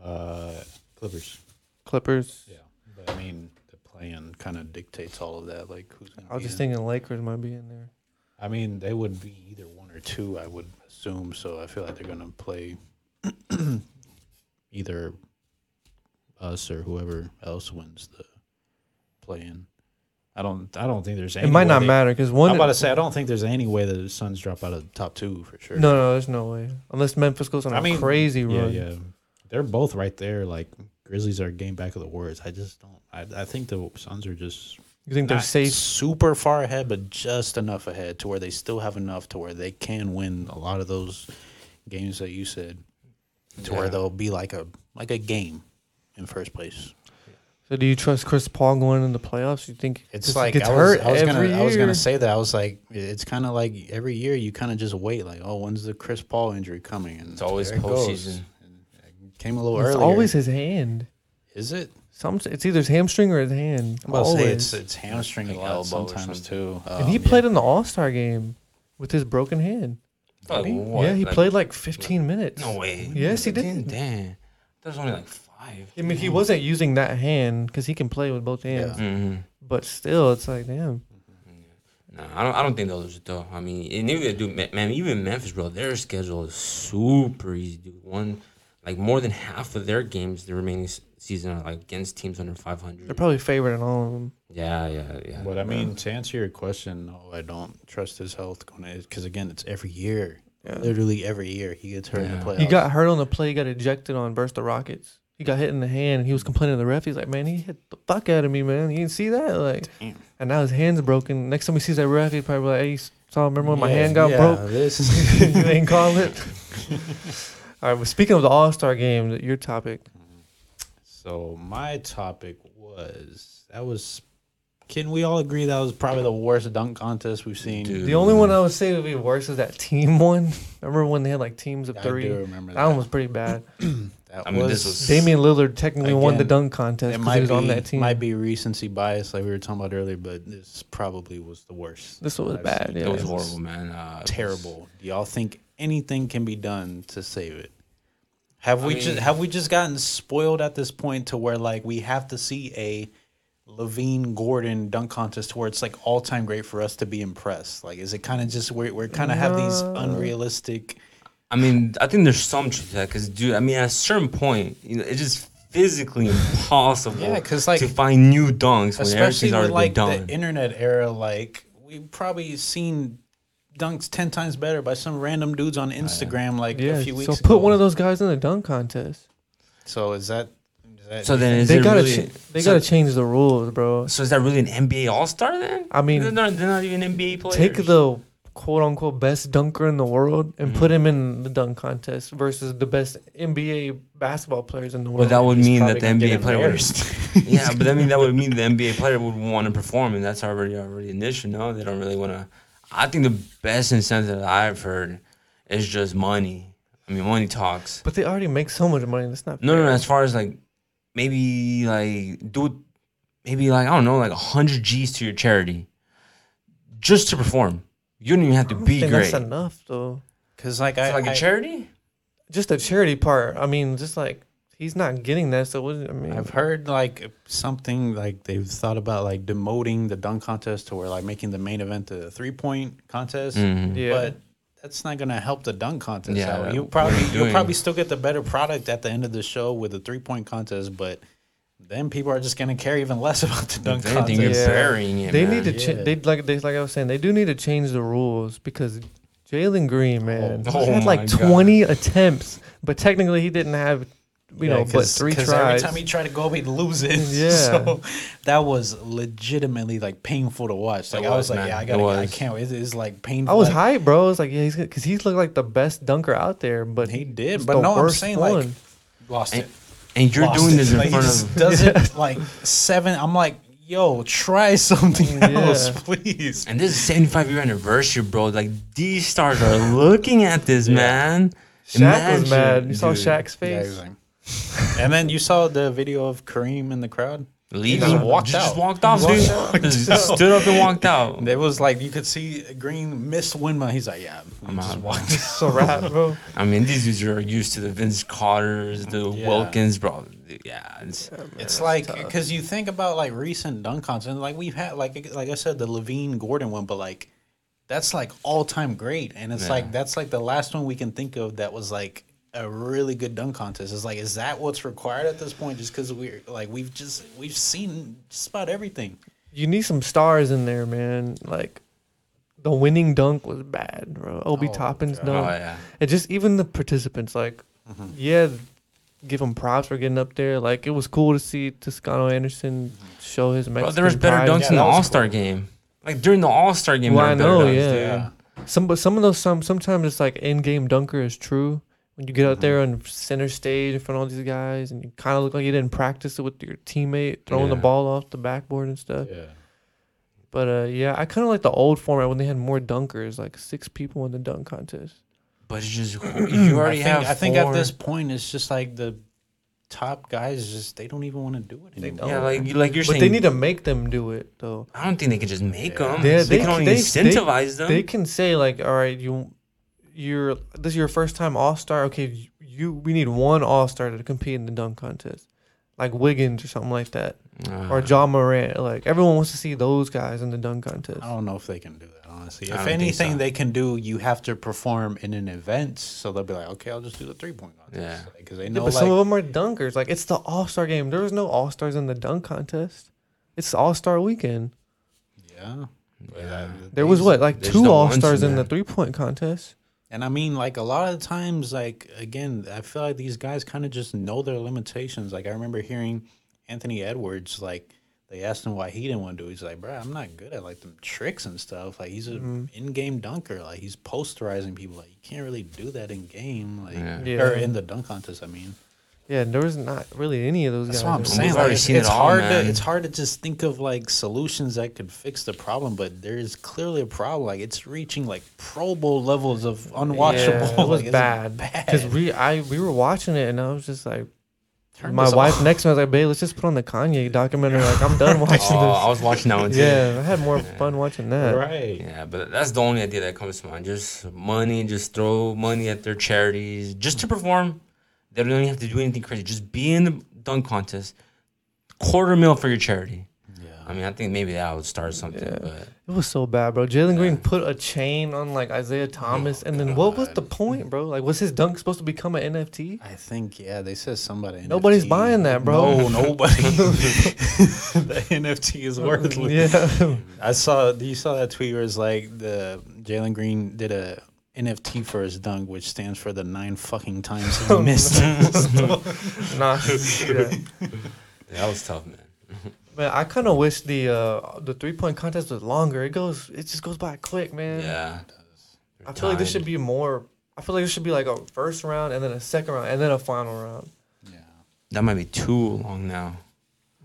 Speaker 2: uh, Clippers.
Speaker 1: Clippers.
Speaker 2: Yeah, but I mean the plan kind of dictates all of that. Like who's gonna
Speaker 1: I was
Speaker 2: be
Speaker 1: just
Speaker 2: in.
Speaker 1: thinking Lakers might be in there.
Speaker 2: I mean, they would be either one or two, I would assume. So I feel like they're gonna play <clears throat> either us or whoever else wins the play-in. I don't. I don't think there's.
Speaker 1: it might
Speaker 2: way
Speaker 1: not
Speaker 2: they-
Speaker 1: matter because
Speaker 2: I'm
Speaker 1: one. No,
Speaker 2: about to say I don't think there's any way that the Suns drop out of the top two for sure.
Speaker 1: no, there's no way unless Memphis goes on a
Speaker 2: I mean,
Speaker 1: crazy
Speaker 2: yeah,
Speaker 1: run.
Speaker 2: yeah. They're both right there. Like Grizzlies are a game back of the Warriors. I just don't. I, I think the Suns are just
Speaker 1: You think they're
Speaker 2: not
Speaker 1: safe?
Speaker 2: super far ahead, but just enough ahead to where they still have enough to where they can win a lot of those games that you said. To where
Speaker 4: Yeah.
Speaker 2: they'll be like a like a game in first place.
Speaker 1: So do you trust Chris Paul going in the playoffs? You think
Speaker 2: It's
Speaker 1: 'cause he
Speaker 2: like
Speaker 1: gets
Speaker 2: I was,
Speaker 1: hurt
Speaker 2: I was gonna
Speaker 1: every
Speaker 2: I was
Speaker 1: year.
Speaker 2: gonna say that I was like it's kind of like every year you kind of just wait like oh when's the Chris Paul injury coming and
Speaker 4: It's always
Speaker 2: there it goes.
Speaker 4: postseason.
Speaker 2: And it Came a little
Speaker 1: It's
Speaker 2: earlier.
Speaker 1: always his hand.
Speaker 2: is it?
Speaker 1: Some it's either his hamstring or his hand.
Speaker 2: I'm about to say it's
Speaker 1: Always.
Speaker 2: it's hamstring
Speaker 4: Like
Speaker 2: a lot
Speaker 4: elbow or
Speaker 2: sometimes
Speaker 4: something.
Speaker 2: too.
Speaker 1: And he
Speaker 2: Um, yeah.
Speaker 1: played in the All Star game with his broken hand.
Speaker 4: Like, what?
Speaker 1: Yeah, he
Speaker 4: Like,
Speaker 1: played like 15 minutes.
Speaker 4: No way.
Speaker 1: Yes, he did.
Speaker 4: Damn, there's only like five.
Speaker 1: I mean, he wasn't using that hand because he can play with both hands.
Speaker 4: hmm
Speaker 1: But still, it's like, damn.
Speaker 4: Nah, I don't. I don't think they'll lose it though. I mean, and even do man, even Memphis, bro, their schedule is super easy, dude. One, like more than half of their games the remaining s- season are like against teams under five
Speaker 1: They're
Speaker 4: hundred.
Speaker 1: probably favored in all of them.
Speaker 4: yeah, yeah, yeah.
Speaker 2: But I mean, to answer your question, no, I don't trust his health going because again, it's every year, literally every year he gets hurt in
Speaker 4: Yeah.
Speaker 2: the playoffs.
Speaker 1: He got hurt on the play. He got ejected on versus the Rockets. He got hit in the hand. And he was complaining to the ref. He's like, man, he hit the fuck out of me, man. You didn't see that? Like, and now his hand's broken. Next time he sees that ref, he's probably like, hey, you saw, remember when my
Speaker 2: Yeah,
Speaker 1: hand got
Speaker 2: yeah,
Speaker 1: broke? <laughs>
Speaker 2: <laughs> This
Speaker 1: you didn't call it.
Speaker 2: <laughs>
Speaker 1: all right, well, speaking of the All Star game, th- your topic.
Speaker 2: so my topic was that was. Can we all agree that was probably the worst dunk contest we've seen?
Speaker 4: Dude,
Speaker 1: The only one I would say would be worse is that team <laughs> one. Remember when they had like teams of
Speaker 2: I
Speaker 1: three?
Speaker 2: do remember
Speaker 1: That one was pretty
Speaker 2: <laughs>
Speaker 1: bad.
Speaker 2: That
Speaker 4: I mean, this was-
Speaker 1: Damian Lillard technically won the
Speaker 2: Again,
Speaker 1: dunk contest
Speaker 2: It
Speaker 1: because he
Speaker 2: might
Speaker 1: was
Speaker 2: be
Speaker 1: on that team.
Speaker 2: might be recency bias, like we were talking about earlier, but this probably was the worst.
Speaker 1: This one was
Speaker 2: I've
Speaker 1: bad.
Speaker 2: seen.
Speaker 1: Yeah.
Speaker 4: it was
Speaker 2: it was
Speaker 4: horrible, man. Uh, it was-
Speaker 2: terrible. Do y'all think anything can be done to save it. Have
Speaker 4: I
Speaker 2: we
Speaker 4: mean-
Speaker 2: just have we just gotten spoiled at this point to where like we have to see a Levine Gordon dunk contest where it's like all time great for us to be impressed? Like, is it kind of just we're we're kind of have these
Speaker 4: Uh,
Speaker 2: unrealistic?
Speaker 4: I mean, I think there's some truth to that because, dude, I mean, at a certain point, you know, it's just physically impossible
Speaker 2: Yeah, 'cause, like,
Speaker 4: to find new dunks when
Speaker 2: especially
Speaker 4: everything's
Speaker 2: with
Speaker 4: already
Speaker 2: like
Speaker 4: done.
Speaker 2: the internet era like we've probably seen dunks 10 times better by some random dudes on instagram like
Speaker 1: Yeah.
Speaker 2: a few weeks
Speaker 1: So
Speaker 2: ago
Speaker 1: put one of those guys in the dunk contest.
Speaker 2: so is that, is that
Speaker 4: so then, is
Speaker 1: they
Speaker 4: it
Speaker 1: gotta
Speaker 4: really,
Speaker 1: ch- they
Speaker 4: so,
Speaker 1: gotta change the rules, bro.
Speaker 4: so is that really an NBA All Star then?
Speaker 1: I mean,
Speaker 4: they're not, they're not even NBA players.
Speaker 1: Take the quote unquote best dunker in the world and put
Speaker 4: Mm-hmm.
Speaker 1: him in the dunk contest versus the best NBA basketball players in the world.
Speaker 4: But that would
Speaker 2: He's
Speaker 4: mean
Speaker 2: probably
Speaker 4: that the
Speaker 2: gonna get
Speaker 4: NBA player would.
Speaker 2: embarrassed.
Speaker 4: <laughs> Yeah, but I mean that would mean the NBA player would want to perform, and that's already already an issue. No, they don't really want to. I think the best incentive that I've heard is just money. I mean, money talks.
Speaker 1: But they already make so much money. That's not
Speaker 4: No, no, no. As far as like maybe like do maybe like I don't know like hundred G's to your charity just to perform. You don't even have to
Speaker 1: I don't
Speaker 4: be
Speaker 1: think
Speaker 4: great.
Speaker 1: That's enough though.
Speaker 2: because like
Speaker 4: It's
Speaker 2: i
Speaker 4: like
Speaker 2: I-
Speaker 4: a charity.
Speaker 1: Just the charity part. I mean, just like he's not getting that. So what? I mean,
Speaker 2: I've heard like something like they've thought about like demoting the dunk contest to where like making the main event a three point contest,
Speaker 1: Yeah.
Speaker 2: but that's not gonna help the dunk contest.
Speaker 4: Mm-hmm. Yeah,
Speaker 2: out.
Speaker 4: that-
Speaker 2: you
Speaker 4: what
Speaker 2: probably
Speaker 4: <laughs> are you
Speaker 2: you'll
Speaker 4: doing?
Speaker 2: probably still get the better product at the end of the show with a three point contest, but then people are just gonna care even less <laughs> about the dunk
Speaker 4: If anything,
Speaker 2: contest.
Speaker 1: Yeah.
Speaker 4: you're burying it.
Speaker 1: they
Speaker 4: man.
Speaker 1: need to cha-
Speaker 2: Yeah.
Speaker 1: they like they like I was saying they do need to change the rules because Jalen Green man
Speaker 4: Oh,
Speaker 1: he had
Speaker 4: my
Speaker 1: like
Speaker 4: God.
Speaker 1: 20 attempts, but technically he didn't have you
Speaker 2: Yeah,
Speaker 1: know but
Speaker 2: 'cause-
Speaker 1: three
Speaker 2: 'cause
Speaker 1: tries.
Speaker 2: Every time he tried to go, he'd lose it. <laughs>
Speaker 1: Yeah.
Speaker 2: So that was legitimately like painful to watch. Like
Speaker 4: It
Speaker 2: I
Speaker 4: was,
Speaker 2: was like,
Speaker 4: man.
Speaker 2: yeah, I
Speaker 4: It
Speaker 2: gotta, I
Speaker 4: was.
Speaker 2: can't. It's, it's like painful.
Speaker 1: I was
Speaker 2: like,
Speaker 1: hyped, bro. I was like, yeah, he's because he's looked like the best dunker out there, but
Speaker 2: He did,
Speaker 1: it's
Speaker 2: but
Speaker 1: the
Speaker 2: no, I'm
Speaker 1: worst
Speaker 2: saying like
Speaker 1: one.
Speaker 2: lost
Speaker 4: And,
Speaker 2: it.
Speaker 4: and you're
Speaker 2: Lost
Speaker 4: doing
Speaker 2: it.
Speaker 4: this in
Speaker 2: Like, he
Speaker 4: front
Speaker 2: just
Speaker 4: of.
Speaker 2: does
Speaker 4: <laughs>
Speaker 2: it like seven. I'm like, yo, try <laughs> something
Speaker 1: Yeah.
Speaker 2: else, please.
Speaker 4: And this is 75 year anniversary, bro. Like these stars are looking at this, man.
Speaker 1: Shaq was
Speaker 4: Imagine,
Speaker 1: mad. You saw
Speaker 4: dude.
Speaker 1: Shaq's
Speaker 2: Yeah,
Speaker 1: face.
Speaker 2: exactly. and then you saw the video of Kareem in the crowd.
Speaker 4: Leaving,
Speaker 2: He just walked
Speaker 4: Just
Speaker 2: out.
Speaker 4: walked off,
Speaker 2: Walked
Speaker 4: dude. <laughs>
Speaker 2: out.
Speaker 4: Just stood up and walked out.
Speaker 2: It was like you could see Green miss Winma. He's like, yeah, I'm just
Speaker 4: out.
Speaker 2: walked.
Speaker 1: So rap, bro.
Speaker 4: I mean, these dudes are used to the Vince Carter's, the
Speaker 2: Yeah.
Speaker 4: Wilkins, bro. Yeah, it's,
Speaker 2: It's like because you think about like recent dunk contests, and like we've had like like I said the Levine Gordon one, but like that's like all time great, and it's
Speaker 4: Yeah.
Speaker 2: like that's like the last one we can think of that was like a really good dunk contest. It's like is that what's required at this point? Just because we're like we've just we've seen just about everything.
Speaker 1: You need some stars in there, man. Like the winning dunk was bad, bro. Obi
Speaker 2: Oh,
Speaker 1: Toppin's
Speaker 2: God.
Speaker 4: oh
Speaker 1: dunk.
Speaker 4: yeah. Mm-hmm.
Speaker 1: And just even the participants, like, yeah, give them props for getting up there. Like, it was cool to see Toscano Anderson show his Mexican
Speaker 4: Bro, there was better
Speaker 1: pride.
Speaker 4: dunks
Speaker 2: Yeah,
Speaker 4: in the
Speaker 2: that was
Speaker 4: All Star game. Like during the All Star game,
Speaker 1: Well, I
Speaker 4: there were
Speaker 1: know,
Speaker 4: better dunks.
Speaker 1: yeah. Some, but some of those, some sometimes it's like in-game dunker is true. When you get
Speaker 4: Mm-hmm.
Speaker 1: out there on center stage in front of all these guys, and you kind of look like you didn't practice it with your teammate, throwing the
Speaker 4: Yeah.
Speaker 1: ball off the backboard and stuff.
Speaker 2: Yeah.
Speaker 1: But uh, yeah, I kind of like the old format when they had more dunkers, like six people in the dunk contest.
Speaker 4: But it's
Speaker 2: <clears throat>
Speaker 4: just you
Speaker 2: I
Speaker 4: already
Speaker 2: think,
Speaker 4: have.
Speaker 2: I think at
Speaker 4: four-
Speaker 2: this point it's just like the top guys just they don't even want to do it anymore.
Speaker 4: yeah, like you- like you're
Speaker 1: But
Speaker 4: saying,
Speaker 1: they need to make them do it though.
Speaker 4: I don't think they can just make
Speaker 2: Yeah.
Speaker 4: them.
Speaker 1: They-
Speaker 4: They,
Speaker 1: they-
Speaker 4: can only
Speaker 1: they- they-
Speaker 4: incentivize them.
Speaker 1: They can say like, all right, you, you're this is your first time All Star. Okay, you, you we need one All Star to compete in the dunk contest, like Wiggins or something like that.
Speaker 4: Ah.
Speaker 2: Uh-huh.
Speaker 1: or John Morant. Like everyone wants to see those guys in the dunk contest.
Speaker 2: I don't know if they can do that, honestly.
Speaker 4: I don't
Speaker 2: If
Speaker 4: think
Speaker 2: anything
Speaker 4: so.
Speaker 2: they can do, you have to perform in an event. So they'll be like, okay, I'll just do the three point contest.
Speaker 4: Yeah.
Speaker 2: Because they
Speaker 1: Yeah,
Speaker 2: know,
Speaker 1: but
Speaker 2: like,
Speaker 1: some of them are dunkers. Like it's the All Star game. There was no All Stars in the dunk contest. It's All Star weekend.
Speaker 2: yeah. But, uh,
Speaker 4: Yeah.
Speaker 1: There was
Speaker 2: these-
Speaker 1: what like
Speaker 4: there's
Speaker 1: two
Speaker 4: no
Speaker 1: All
Speaker 4: ones in
Speaker 1: Stars in the
Speaker 4: there.
Speaker 1: three point contest.
Speaker 2: And I mean, like, a lot of times, like, again, I feel like these guys kind of just know their limitations. Like, I remember hearing Anthony Edwards, like, they asked him why he didn't want to do it. He's like, bro, I'm not good at, like, them tricks and stuff. Like, he's
Speaker 1: Mm-hmm.
Speaker 2: an in game dunker. Like, he's posterizing people. Like, you can't really do that in game. Like,
Speaker 4: Yeah.
Speaker 1: Yeah.
Speaker 2: or in the dunk contest, I mean.
Speaker 1: Yeah, and there was not really any of those
Speaker 2: That's what
Speaker 1: guys.
Speaker 2: I'm
Speaker 1: there.
Speaker 4: We've
Speaker 2: saying. Like,
Speaker 4: already
Speaker 2: it's
Speaker 4: seen it
Speaker 2: it's
Speaker 4: all,
Speaker 2: hard
Speaker 4: man.
Speaker 2: to it's hard to just think of like solutions that could fix the problem, but there is clearly a problem. Like it's reaching like Pro Bowl levels of unwatchable.
Speaker 1: Yeah, it was
Speaker 2: <laughs> Like, it's
Speaker 1: bad because
Speaker 2: bad.
Speaker 1: we I we were watching it and I was just like,
Speaker 2: Turn
Speaker 1: my
Speaker 2: this
Speaker 1: wife
Speaker 2: off.
Speaker 1: next to me I was like, babe, let's just put on the Kanye documentary. Like, I'm
Speaker 2: <laughs>
Speaker 1: done watching
Speaker 4: Oh, I was watching that one
Speaker 1: this. <laughs>
Speaker 4: too.
Speaker 1: Yeah, I had more fun watching that.
Speaker 2: Right.
Speaker 4: Yeah, but that's the only idea that comes to mind. Just money, just throw money at their charities, just to perform. They don't even have to do anything crazy. Just be in the dunk contest, quarter mil for your charity. I
Speaker 2: Yeah.
Speaker 4: mean, I think maybe that would start something. But
Speaker 1: It was so bad, bro. Jalen Green put a chain on like Isaiah Thomas, and then what was the point, bro? Like, was his dunk supposed to become an NFT?
Speaker 2: I think yeah, they said somebody.
Speaker 1: Nobody's
Speaker 2: NFT.
Speaker 1: buying that, bro. <laughs>
Speaker 2: No, nobody. <laughs> the NFT is worthless.
Speaker 1: <laughs>
Speaker 2: <laughs>
Speaker 1: Yeah,
Speaker 2: I saw. You saw that tweet where it's like the Jalen Green did a NFT for his dunk, which stands for the nine fucking times
Speaker 1: <laughs>
Speaker 2: he missed.
Speaker 1: nah.
Speaker 2: <laughs>
Speaker 1: Yeah.
Speaker 4: that was tough, man.
Speaker 1: Man, I kind of wish the uh, the three point contest was longer. It goes, it just goes by quick, man.
Speaker 4: Yeah.
Speaker 1: I feel like this
Speaker 4: Time.
Speaker 1: should be more. I feel like this should be like a first round and then a second round and then a final round.
Speaker 2: yeah.
Speaker 4: That might be too long now.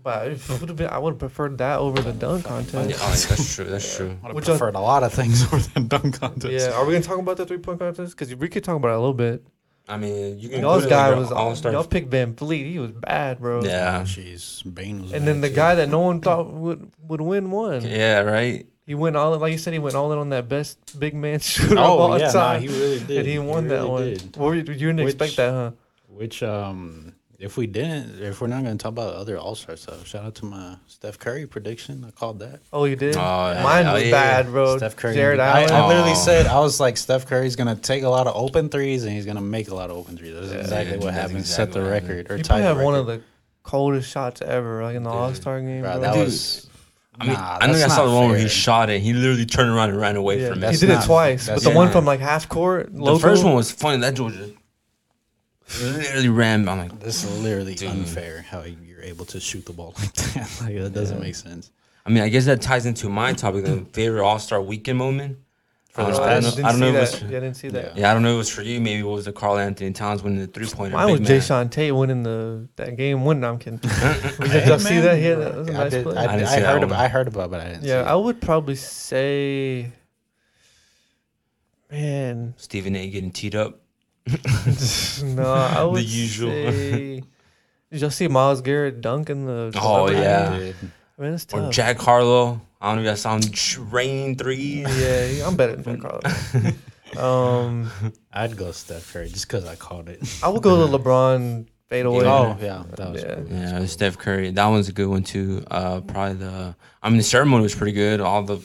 Speaker 1: But it
Speaker 2: Hmm.
Speaker 1: would have been. I would have preferred that over the dunk
Speaker 4: Yeah,
Speaker 1: contest.
Speaker 4: oh, that's true. That's true.
Speaker 2: I would have
Speaker 1: Which one-
Speaker 2: preferred a lot of things
Speaker 4: <laughs>
Speaker 2: over the dunk contest.
Speaker 1: Yeah, are we gonna talk about the three point contest? Because we could talk about it a little bit.
Speaker 4: I mean, you can.
Speaker 1: Y'all's
Speaker 4: put it
Speaker 1: guy
Speaker 4: like a
Speaker 1: was
Speaker 4: all-star.
Speaker 1: Y'all picked Van Fleet. He was bad, bro.
Speaker 4: Yeah.
Speaker 2: Jeez, Oh, Bane was.
Speaker 1: And then the
Speaker 2: bad, too.
Speaker 1: guy that no one thought would would win won.
Speaker 4: Yeah. Right.
Speaker 1: He went all in, like you said. He went all in on that best big man <laughs> shooter of
Speaker 2: <laughs> Oh
Speaker 1: all
Speaker 2: yeah, nah,
Speaker 1: time.
Speaker 2: he really did.
Speaker 1: and he won that
Speaker 2: really
Speaker 1: one.
Speaker 2: did.
Speaker 1: What were you, you didn't expect
Speaker 2: Which-
Speaker 1: that, huh?
Speaker 2: Which, um, if we didn't, if we're not going to talk about other All Star stuff, shout out to my Steph Curry prediction. I called that.
Speaker 1: Oh, you did.
Speaker 4: Oh, yeah.
Speaker 1: Mine
Speaker 4: Oh,
Speaker 1: was
Speaker 4: yeah.
Speaker 1: bad, bro.
Speaker 2: Steph Curry.
Speaker 1: Jared
Speaker 2: I,
Speaker 1: Allen.
Speaker 2: I
Speaker 4: Oh.
Speaker 2: literally said I was like, Steph Curry's going to take a lot of open threes and he's going to make a lot of open threes. That's exactly
Speaker 4: dude,
Speaker 2: what
Speaker 4: that's
Speaker 2: happened. Set
Speaker 4: exactly
Speaker 2: the
Speaker 4: what happened.
Speaker 2: record or
Speaker 1: he
Speaker 2: tie
Speaker 1: probably
Speaker 2: the
Speaker 1: had
Speaker 2: record.
Speaker 1: one of the coldest shots ever, like in the All Star game.
Speaker 2: Bro,
Speaker 1: bro.
Speaker 2: that
Speaker 1: Dude,
Speaker 2: was.
Speaker 4: I mean,
Speaker 2: nah,
Speaker 4: I know
Speaker 2: that's
Speaker 4: I saw
Speaker 2: not
Speaker 4: the one where he
Speaker 2: fair.
Speaker 4: shot it. He literally turned around and ran away
Speaker 1: yeah,
Speaker 4: from
Speaker 1: he
Speaker 4: it.
Speaker 2: that's
Speaker 1: did it
Speaker 2: not-
Speaker 1: twice, but
Speaker 2: that's
Speaker 1: the one
Speaker 4: not-
Speaker 1: from like half court.
Speaker 4: The first one was funny. That Georgia literally ran. I'm like,
Speaker 2: This is literally unfair how you're able to shoot the ball <laughs> like that. Like, that doesn't make sense.
Speaker 4: I mean, I guess that ties into my
Speaker 1: <laughs>
Speaker 4: topic, the favorite All Star Weekend moment. For
Speaker 1: Oh, I
Speaker 4: I
Speaker 1: didn't
Speaker 4: don't know, I don't
Speaker 1: see
Speaker 4: know if it
Speaker 1: that.
Speaker 4: was.
Speaker 1: Yeah, I didn't see that.
Speaker 2: Yeah.
Speaker 4: Yeah, I don't know if it was for you. Maybe it was the Carl Anthony Towns winning the three pointer.
Speaker 1: Mine was
Speaker 4: man.
Speaker 1: Jay Sean Tate winning the that game winning. I'm
Speaker 4: <laughs>
Speaker 1: kidding. did y'all see that? Yeah, that was a
Speaker 2: I
Speaker 1: nice
Speaker 2: did-
Speaker 1: play.
Speaker 2: I,
Speaker 4: I didn't
Speaker 2: I
Speaker 4: see that
Speaker 2: heard
Speaker 4: one.
Speaker 2: about. I heard about, it, but I didn't.
Speaker 1: yeah,
Speaker 2: see
Speaker 1: I would probably say, man, <laughs>
Speaker 4: Stephen A. getting teed up.
Speaker 1: no, I would
Speaker 4: usual.
Speaker 1: say. Did y'all see Miles Garrett dunk in the?
Speaker 4: Oh,
Speaker 1: I
Speaker 4: yeah.
Speaker 2: it.
Speaker 1: mean it's
Speaker 4: Or
Speaker 1: tough.
Speaker 4: Jack Harlow. I don't know if that sound sh- rain threes.
Speaker 1: yeah, yeah, I'm better than Carl. um,
Speaker 2: I'd go Steph Curry just because I called it.
Speaker 1: I would go the LeBron fadeaway.
Speaker 2: Oh <laughs> yeah, that was
Speaker 1: Yeah.
Speaker 2: cool.
Speaker 4: Yeah, Steph Curry. That one's a good one too. Uh, probably the. I mean, the ceremony was pretty good. All the,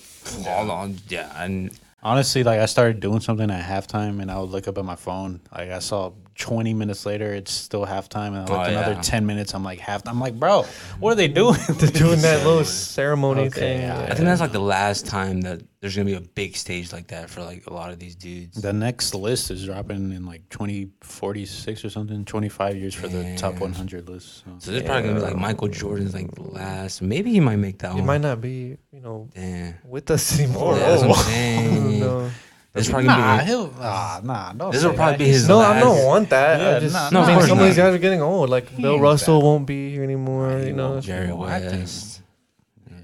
Speaker 4: all the, yeah, and
Speaker 2: Honestly, like I started doing something at halftime, and I would look up at my phone. Like I saw 20 minutes later, it's still halftime, and I
Speaker 4: Oh,
Speaker 2: looked another
Speaker 4: yeah.
Speaker 2: 10 minutes. I'm like half. I'm like, bro, what are they doing? <laughs>
Speaker 1: They're doing that little ceremony
Speaker 2: Okay,
Speaker 1: thing.
Speaker 2: yeah.
Speaker 4: I think that's like the last time that there's gonna be a big stage like that for like a lot of these dudes.
Speaker 2: the next list is dropping in like 2046 or something. 25 years for the top
Speaker 4: Damn.
Speaker 2: 100 list. So.
Speaker 4: So there's probably gonna be like Michael Jordan's like last. Maybe he might Oh, make that
Speaker 1: It
Speaker 4: one.
Speaker 1: might not be, you know,
Speaker 4: Damn.
Speaker 1: with us anymore. Oh,
Speaker 4: Yeah, that's what
Speaker 1: I
Speaker 4: I'm
Speaker 1: don't
Speaker 4: <laughs> saying.
Speaker 1: know.
Speaker 4: There's probably
Speaker 2: Nah,
Speaker 4: gonna be.
Speaker 2: he'll
Speaker 1: ah,
Speaker 2: nah, nah. Don't
Speaker 4: This
Speaker 2: say
Speaker 4: will probably
Speaker 2: that.
Speaker 4: be his
Speaker 1: No, I
Speaker 4: last.
Speaker 1: don't want that. I
Speaker 2: Yeah,
Speaker 1: just,
Speaker 2: nah,
Speaker 1: no,
Speaker 4: nah,
Speaker 1: I mean,
Speaker 4: of
Speaker 1: some
Speaker 4: course
Speaker 1: of these
Speaker 4: not.
Speaker 1: guys are getting old. Like Bill
Speaker 2: ain't
Speaker 1: Russell
Speaker 2: that.
Speaker 1: won't be here anymore. You know,
Speaker 2: won't.
Speaker 4: Jerry
Speaker 2: I think-
Speaker 4: West.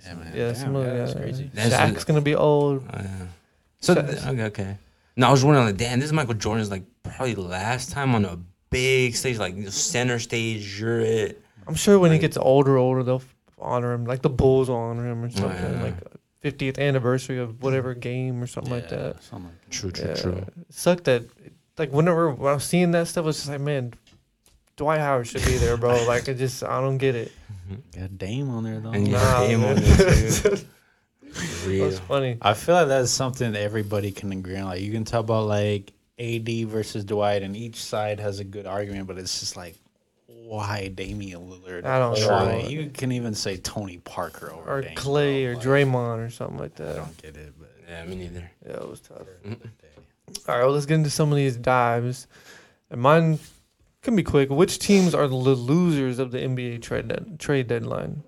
Speaker 2: Yeah, man.
Speaker 1: yeah, some of
Speaker 2: yeah,
Speaker 1: yeah,
Speaker 2: that's crazy.
Speaker 4: That's
Speaker 1: Shaq's
Speaker 4: it.
Speaker 1: gonna be old.
Speaker 4: Oh, yeah. So th- okay, okay. No, I was wondering like, damn, this is Michael Jordan's like probably last time on a big stage, like the center stage. You're it.
Speaker 1: I'm sure when he
Speaker 4: Like-
Speaker 1: gets older, older they'll f- honor him. Like the Bulls will honor him or something.
Speaker 4: yeah.
Speaker 1: Like 50th anniversary of whatever game or something like that.
Speaker 2: Something like that.
Speaker 4: True,
Speaker 1: Yeah. It sucked that like whenever when I was seeing that stuff, I was just like, man, Dwight Howard should be there, bro. like I just I don't get it.
Speaker 2: Got Dame on there though.
Speaker 4: And you
Speaker 1: Nah,
Speaker 4: got Dame on
Speaker 1: man.
Speaker 4: this dude. <laughs>
Speaker 1: It
Speaker 4: Real.
Speaker 1: was funny.
Speaker 2: I feel like that's something that everybody can agree on. Like you can talk about like AD versus Dwight, and each side has a good argument, but it's just like why Damian Lillard?
Speaker 1: I don't
Speaker 2: or,
Speaker 1: know.
Speaker 2: like, You can even say Tony Parker over
Speaker 1: Or
Speaker 2: Dame,
Speaker 1: Clay
Speaker 2: bro.
Speaker 1: or
Speaker 2: Like,
Speaker 1: Draymond or something like
Speaker 2: I
Speaker 1: that.
Speaker 2: don't get it, but
Speaker 4: Yeah, me neither.
Speaker 1: Yeah, it was tough.
Speaker 2: Dang.
Speaker 1: All right, well, let's get into some of these dives. And mine can be quick. Which teams are the losers of the NBA trade dead trade deadline?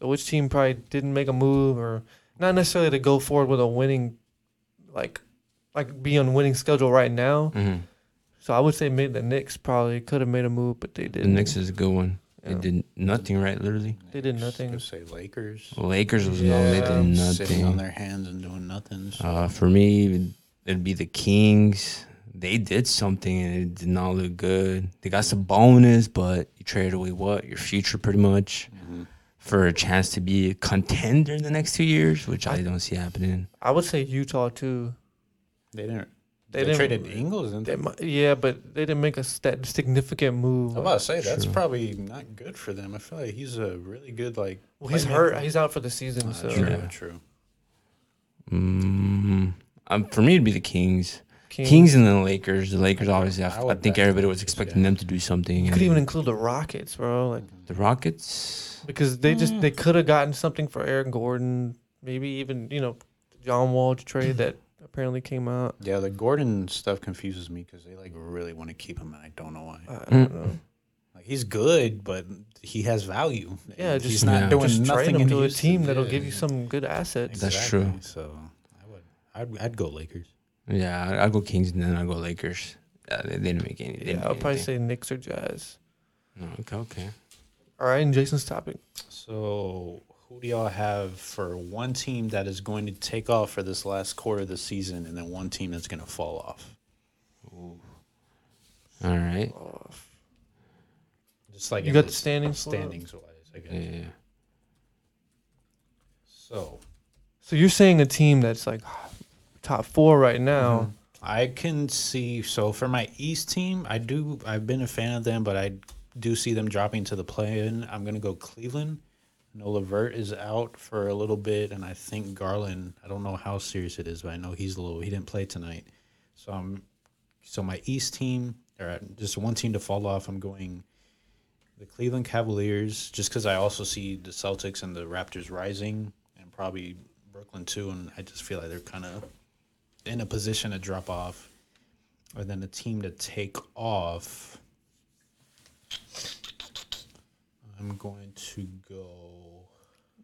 Speaker 1: So which team probably didn't make a move or not necessarily to go forward with a winning, like, like be on winning schedule right now.
Speaker 4: hmm
Speaker 1: So I would say maybe the Knicks probably could have made a move, but they
Speaker 4: The
Speaker 1: didn't.
Speaker 4: Knicks is a good one. They
Speaker 1: Yeah.
Speaker 4: did nothing, right? Literally,
Speaker 1: They did
Speaker 2: Just
Speaker 1: nothing.
Speaker 2: gonna say Lakers.
Speaker 4: Lakers was no, they did
Speaker 2: Sitting on
Speaker 4: nothing.
Speaker 1: Uh,
Speaker 2: their hands and doing nothing. So.
Speaker 4: Uh, for me, it'd be the Kings. they did something and it did not look good. They got some bonus, but you traded away what? Your future pretty much for a chance to be a contender in the next two years, which I don't see happening.
Speaker 1: I would say Utah too.
Speaker 2: They didn't.
Speaker 1: They
Speaker 2: They,
Speaker 1: didn't-
Speaker 2: traded Ingles, didn't
Speaker 1: They
Speaker 2: they?
Speaker 1: mu- yeah, but they didn't make a st- significant move.
Speaker 2: I'm about to say that's probably not good for them. I feel like he's a really good like.
Speaker 1: Well, he's
Speaker 2: playmaker.
Speaker 1: hurt. He's out for the season.
Speaker 2: Ah,
Speaker 1: So
Speaker 2: true,
Speaker 4: Yeah.
Speaker 2: true.
Speaker 4: Mm, um, for me, it'd be the Kings.
Speaker 1: King-
Speaker 4: Kings, and the Lakers. The Lakers, obviously,
Speaker 2: I
Speaker 4: I, I
Speaker 2: would
Speaker 4: think
Speaker 2: back
Speaker 4: everybody
Speaker 2: the
Speaker 4: was
Speaker 2: Lakers,
Speaker 4: expecting
Speaker 2: yeah.
Speaker 4: them to do something.
Speaker 1: You
Speaker 4: and
Speaker 1: could even include the Rockets, bro. Like
Speaker 4: the Rockets.
Speaker 1: because they just
Speaker 2: Mm.
Speaker 1: they could have gotten something for Aaron Gordon, maybe even you know John Wall trade that apparently came out.
Speaker 2: Yeah, the Gordon stuff confuses me because they like really want to keep him, and I don't know why.
Speaker 1: I, I don't
Speaker 4: Mm.
Speaker 1: know.
Speaker 2: Like he's good, but he has value.
Speaker 1: Yeah,
Speaker 2: and
Speaker 1: just-
Speaker 2: he's not
Speaker 4: Yeah.
Speaker 2: doing
Speaker 1: Just trade
Speaker 2: nothing
Speaker 1: him
Speaker 2: in
Speaker 1: to a
Speaker 2: Houston.
Speaker 1: team that'll
Speaker 2: Yeah.
Speaker 1: give you some good assets.
Speaker 4: That's
Speaker 2: Exactly.
Speaker 4: true.
Speaker 2: So I would, I'd, I'd go Lakers.
Speaker 4: Yeah, I- I'll go Kings and then I'll go Lakers. Uh, they didn't make any. they didn't
Speaker 1: Yeah, I'll
Speaker 4: make
Speaker 1: probably
Speaker 4: anything.
Speaker 1: say Knicks or Jazz.
Speaker 4: No, okay, okay.
Speaker 1: All right, and Jason's topic.
Speaker 2: So who do y'all have for one team that is going to take off for this last quarter of the season, and then one team that's going to fall off?
Speaker 4: All right.
Speaker 1: Oh,
Speaker 2: Just like
Speaker 1: You
Speaker 2: in
Speaker 1: got the
Speaker 2: this-
Speaker 1: standings for it?
Speaker 2: standings wise, I guess.
Speaker 4: Yeah.
Speaker 2: So
Speaker 1: so you're saying a team that's like <sighs> top four right now.
Speaker 2: I can see. So for my East team, I do. I've been a fan of them, but I do see them dropping to the play-in. I'm gonna go Cleveland. No Levert is out for a little bit, and I think Garland. I don't know how serious it is, but I know he's a little. He didn't play tonight, so I'm. So my East team, or uh, just one team to fall off. I'm going. The Cleveland Cavaliers, just because I also see the Celtics and the Raptors rising, and probably Brooklyn too, and I just feel like they're kind of in a position to drop off, or then a team to take off. I'm going to go.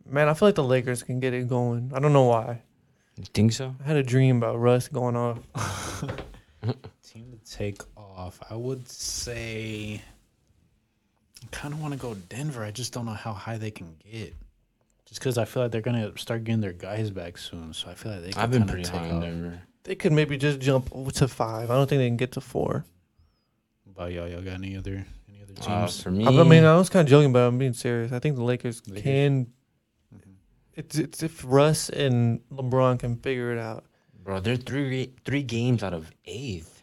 Speaker 1: Man, I feel like the Lakers can get it going. I don't know why.
Speaker 4: You think so?
Speaker 1: I had a dream about Russ going off.
Speaker 2: Team to take off. I would say. I kind of want to go Denver. I just don't know how high they can get. Just because I feel like they're going to start getting their guys back soon. So I feel like they can
Speaker 4: I've been
Speaker 2: kinda
Speaker 4: pretty
Speaker 2: take
Speaker 4: high on
Speaker 2: off.
Speaker 4: Denver.
Speaker 1: They could maybe just jump to five. I don't think they can get to four.
Speaker 2: But y'all, y'all got any other any other teams?
Speaker 4: Uh, for me,
Speaker 1: I mean, I was kind of joking, but I'm being serious. I think the Lakers,
Speaker 2: Lakers.
Speaker 1: can.
Speaker 2: Mhm.
Speaker 1: It's it's if Russ and LeBron can figure it out.
Speaker 4: bro, they're three three games out of eighth.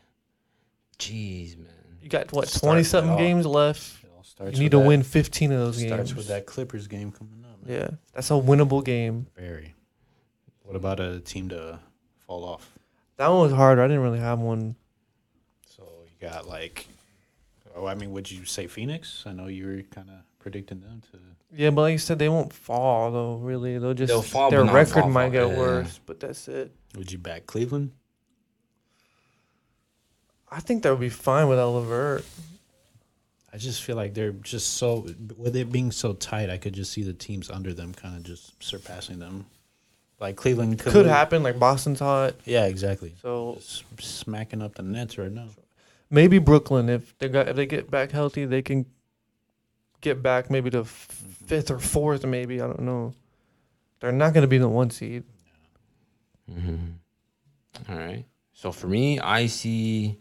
Speaker 4: Jeez, man.
Speaker 1: You got what
Speaker 2: Start
Speaker 1: twenty something
Speaker 2: it off.
Speaker 1: games left.
Speaker 2: It all
Speaker 1: You
Speaker 2: starts
Speaker 1: need to
Speaker 2: with that-
Speaker 1: win fifteen of those
Speaker 2: Starts
Speaker 1: games.
Speaker 2: with that Clippers game coming up. man.
Speaker 1: Yeah, that's a winnable game.
Speaker 2: Very. What about a team to fall off?
Speaker 1: That one was harder. I didn't really have one.
Speaker 2: So you got like, oh, I mean, would you say Phoenix? I know you were kind of predicting them to.
Speaker 1: Yeah, but like you said, they won't fall though. Really, they'll just
Speaker 4: They'll fall,
Speaker 1: their
Speaker 4: but not
Speaker 1: record
Speaker 4: fall,
Speaker 1: might get
Speaker 4: fall. Yeah.
Speaker 1: worse. But that's it.
Speaker 2: Would you back Cleveland?
Speaker 1: I think that would be fine without Levert.
Speaker 2: I just feel like they're just so with it being so tight. I could just see the teams under them kind of just surpassing them. Like Cleveland could,
Speaker 1: Could happen. Like Boston's hot,
Speaker 2: Yeah, exactly.
Speaker 1: so
Speaker 2: Just smacking up the Nets right now.
Speaker 1: maybe Brooklyn if they got if they get back healthy, they can get back maybe to f- fifth or fourth. Maybe I don't know. They're not going to be the one seed. <clears throat>
Speaker 4: Mm-hmm. All right. So for me, I see,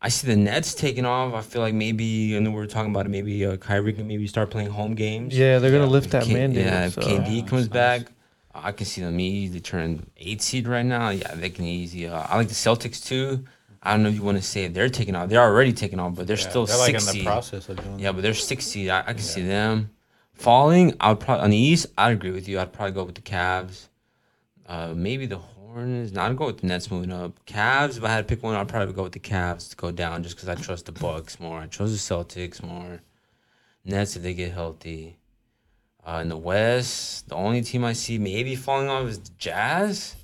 Speaker 4: I see the Nets taking off. I feel like maybe I know we were talking about it. Maybe uh, Kyrie can maybe start playing home games.
Speaker 1: Yeah, they're going to
Speaker 2: Yeah,
Speaker 1: lift that
Speaker 4: K-
Speaker 1: mandate.
Speaker 4: Yeah, if
Speaker 1: so.
Speaker 4: KD
Speaker 2: Yeah,
Speaker 4: comes
Speaker 2: that's nice.
Speaker 4: back, I can see them easily turn eight seed right now. Yeah, they can easy. Uh, I like the Celtics too. I don't know if you want to say they're taking off. They're already taking off, but they're
Speaker 2: Yeah,
Speaker 4: still
Speaker 2: they're like
Speaker 4: six
Speaker 2: in the
Speaker 4: seed.
Speaker 2: process of doing.
Speaker 4: Yeah, but they're six seed. I, I can see them falling. I would probably on the East. I'd agree with you. I'd probably go with the Cavs. Uh, maybe the Hornets. No, I'd go with the Nets moving up. Cavs. If I had to pick one, I'd probably go with the Cavs to go down, just because I trust the Bucks more. I trust the Celtics more. Nets if they get healthy. Uh, in the West, the only team I see maybe falling off is the Jazz.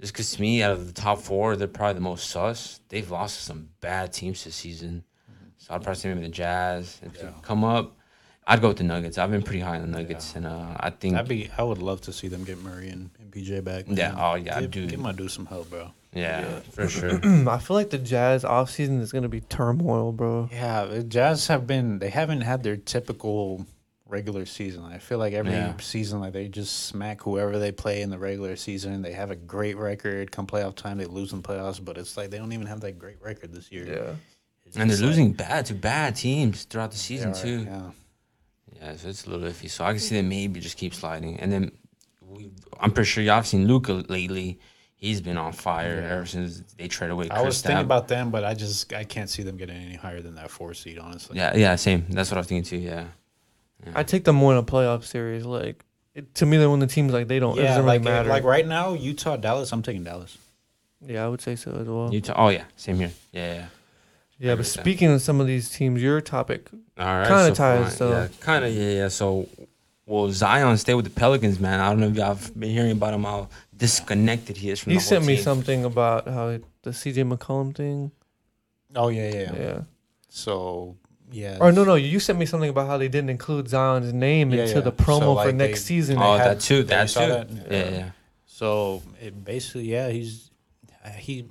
Speaker 4: Just because to me, out of the top four, they're probably the most sus. They've lost to some bad teams this season. So I'd probably say maybe the Jazz. If they
Speaker 2: Yeah.
Speaker 4: come up, I'd go with the Nuggets. I've been pretty high on the Nuggets, and uh, I think
Speaker 2: I'd be. I would love to see them get Murray and, and PJ back.
Speaker 4: Yeah,
Speaker 2: man.
Speaker 4: oh, yeah, I
Speaker 2: give,
Speaker 4: do.
Speaker 2: Give my dude some help, bro.
Speaker 4: yeah,
Speaker 2: <clears throat>
Speaker 4: for sure.
Speaker 1: I feel like the Jazz offseason is going to be turmoil, bro.
Speaker 2: Yeah, the Jazz have been. They haven't had their typical regular season. I feel like every
Speaker 4: Yeah.
Speaker 2: season, like they just smack whoever they play in the regular season. They have a great record. Come playoff time, they lose in playoffs, but it's like they don't even have that great record this year.
Speaker 1: Yeah.
Speaker 2: It's
Speaker 4: And they're
Speaker 2: just like-
Speaker 4: losing bad to bad teams throughout the
Speaker 2: They
Speaker 4: season
Speaker 2: are,
Speaker 4: too.
Speaker 2: Yeah.
Speaker 4: Yeah, so it's a little iffy. So I can see them maybe just keep sliding. And then we, I'm pretty sure y'all seen Luca lately. He's been on fire
Speaker 2: Yeah.
Speaker 4: ever since they traded away.
Speaker 2: I was
Speaker 4: Kristaps.
Speaker 2: thinking about them, but I just I can't see them getting any higher than that four seed. Honestly,
Speaker 4: Yeah, yeah, same. That's what I was thinking too. Yeah,
Speaker 1: I take them more in a playoff series. Like it, to me, they're one of the teams like they don't. it
Speaker 2: yeah.
Speaker 1: doesn't
Speaker 2: Like
Speaker 1: really matter.
Speaker 2: like right now, Utah, Dallas. I'm taking Dallas.
Speaker 1: yeah, I would say so as well.
Speaker 4: Utah. Oh yeah, same here. Yeah, yeah.
Speaker 1: yeah, but
Speaker 4: understand.
Speaker 1: speaking of some of these teams, your topic.
Speaker 4: All right.
Speaker 1: Kinda
Speaker 4: so
Speaker 1: ties,
Speaker 4: fine,
Speaker 1: so-
Speaker 4: Yeah, kind of, yeah, yeah. So, will Zion stay with the Pelicans, man? I don't know if y'all have been hearing about him, how disconnected he is from
Speaker 1: He
Speaker 4: the whole
Speaker 1: sent me
Speaker 4: team.
Speaker 1: something about how it- the CJ McCollum thing.
Speaker 2: Oh yeah, yeah.
Speaker 1: Yeah.
Speaker 2: yeah. So yeah.
Speaker 1: Or no, no, you sent me something about how they didn't include Zion's name
Speaker 2: Yeah,
Speaker 1: into
Speaker 2: yeah.
Speaker 1: the promo
Speaker 2: So,
Speaker 1: for
Speaker 2: like,
Speaker 1: next
Speaker 2: they-
Speaker 1: season.
Speaker 4: Oh,
Speaker 2: had-
Speaker 4: that too.
Speaker 2: Yeah, you
Speaker 4: That too.
Speaker 2: saw that?
Speaker 4: Yeah,
Speaker 2: Yeah.
Speaker 4: yeah.
Speaker 2: So it basically, yeah, he's he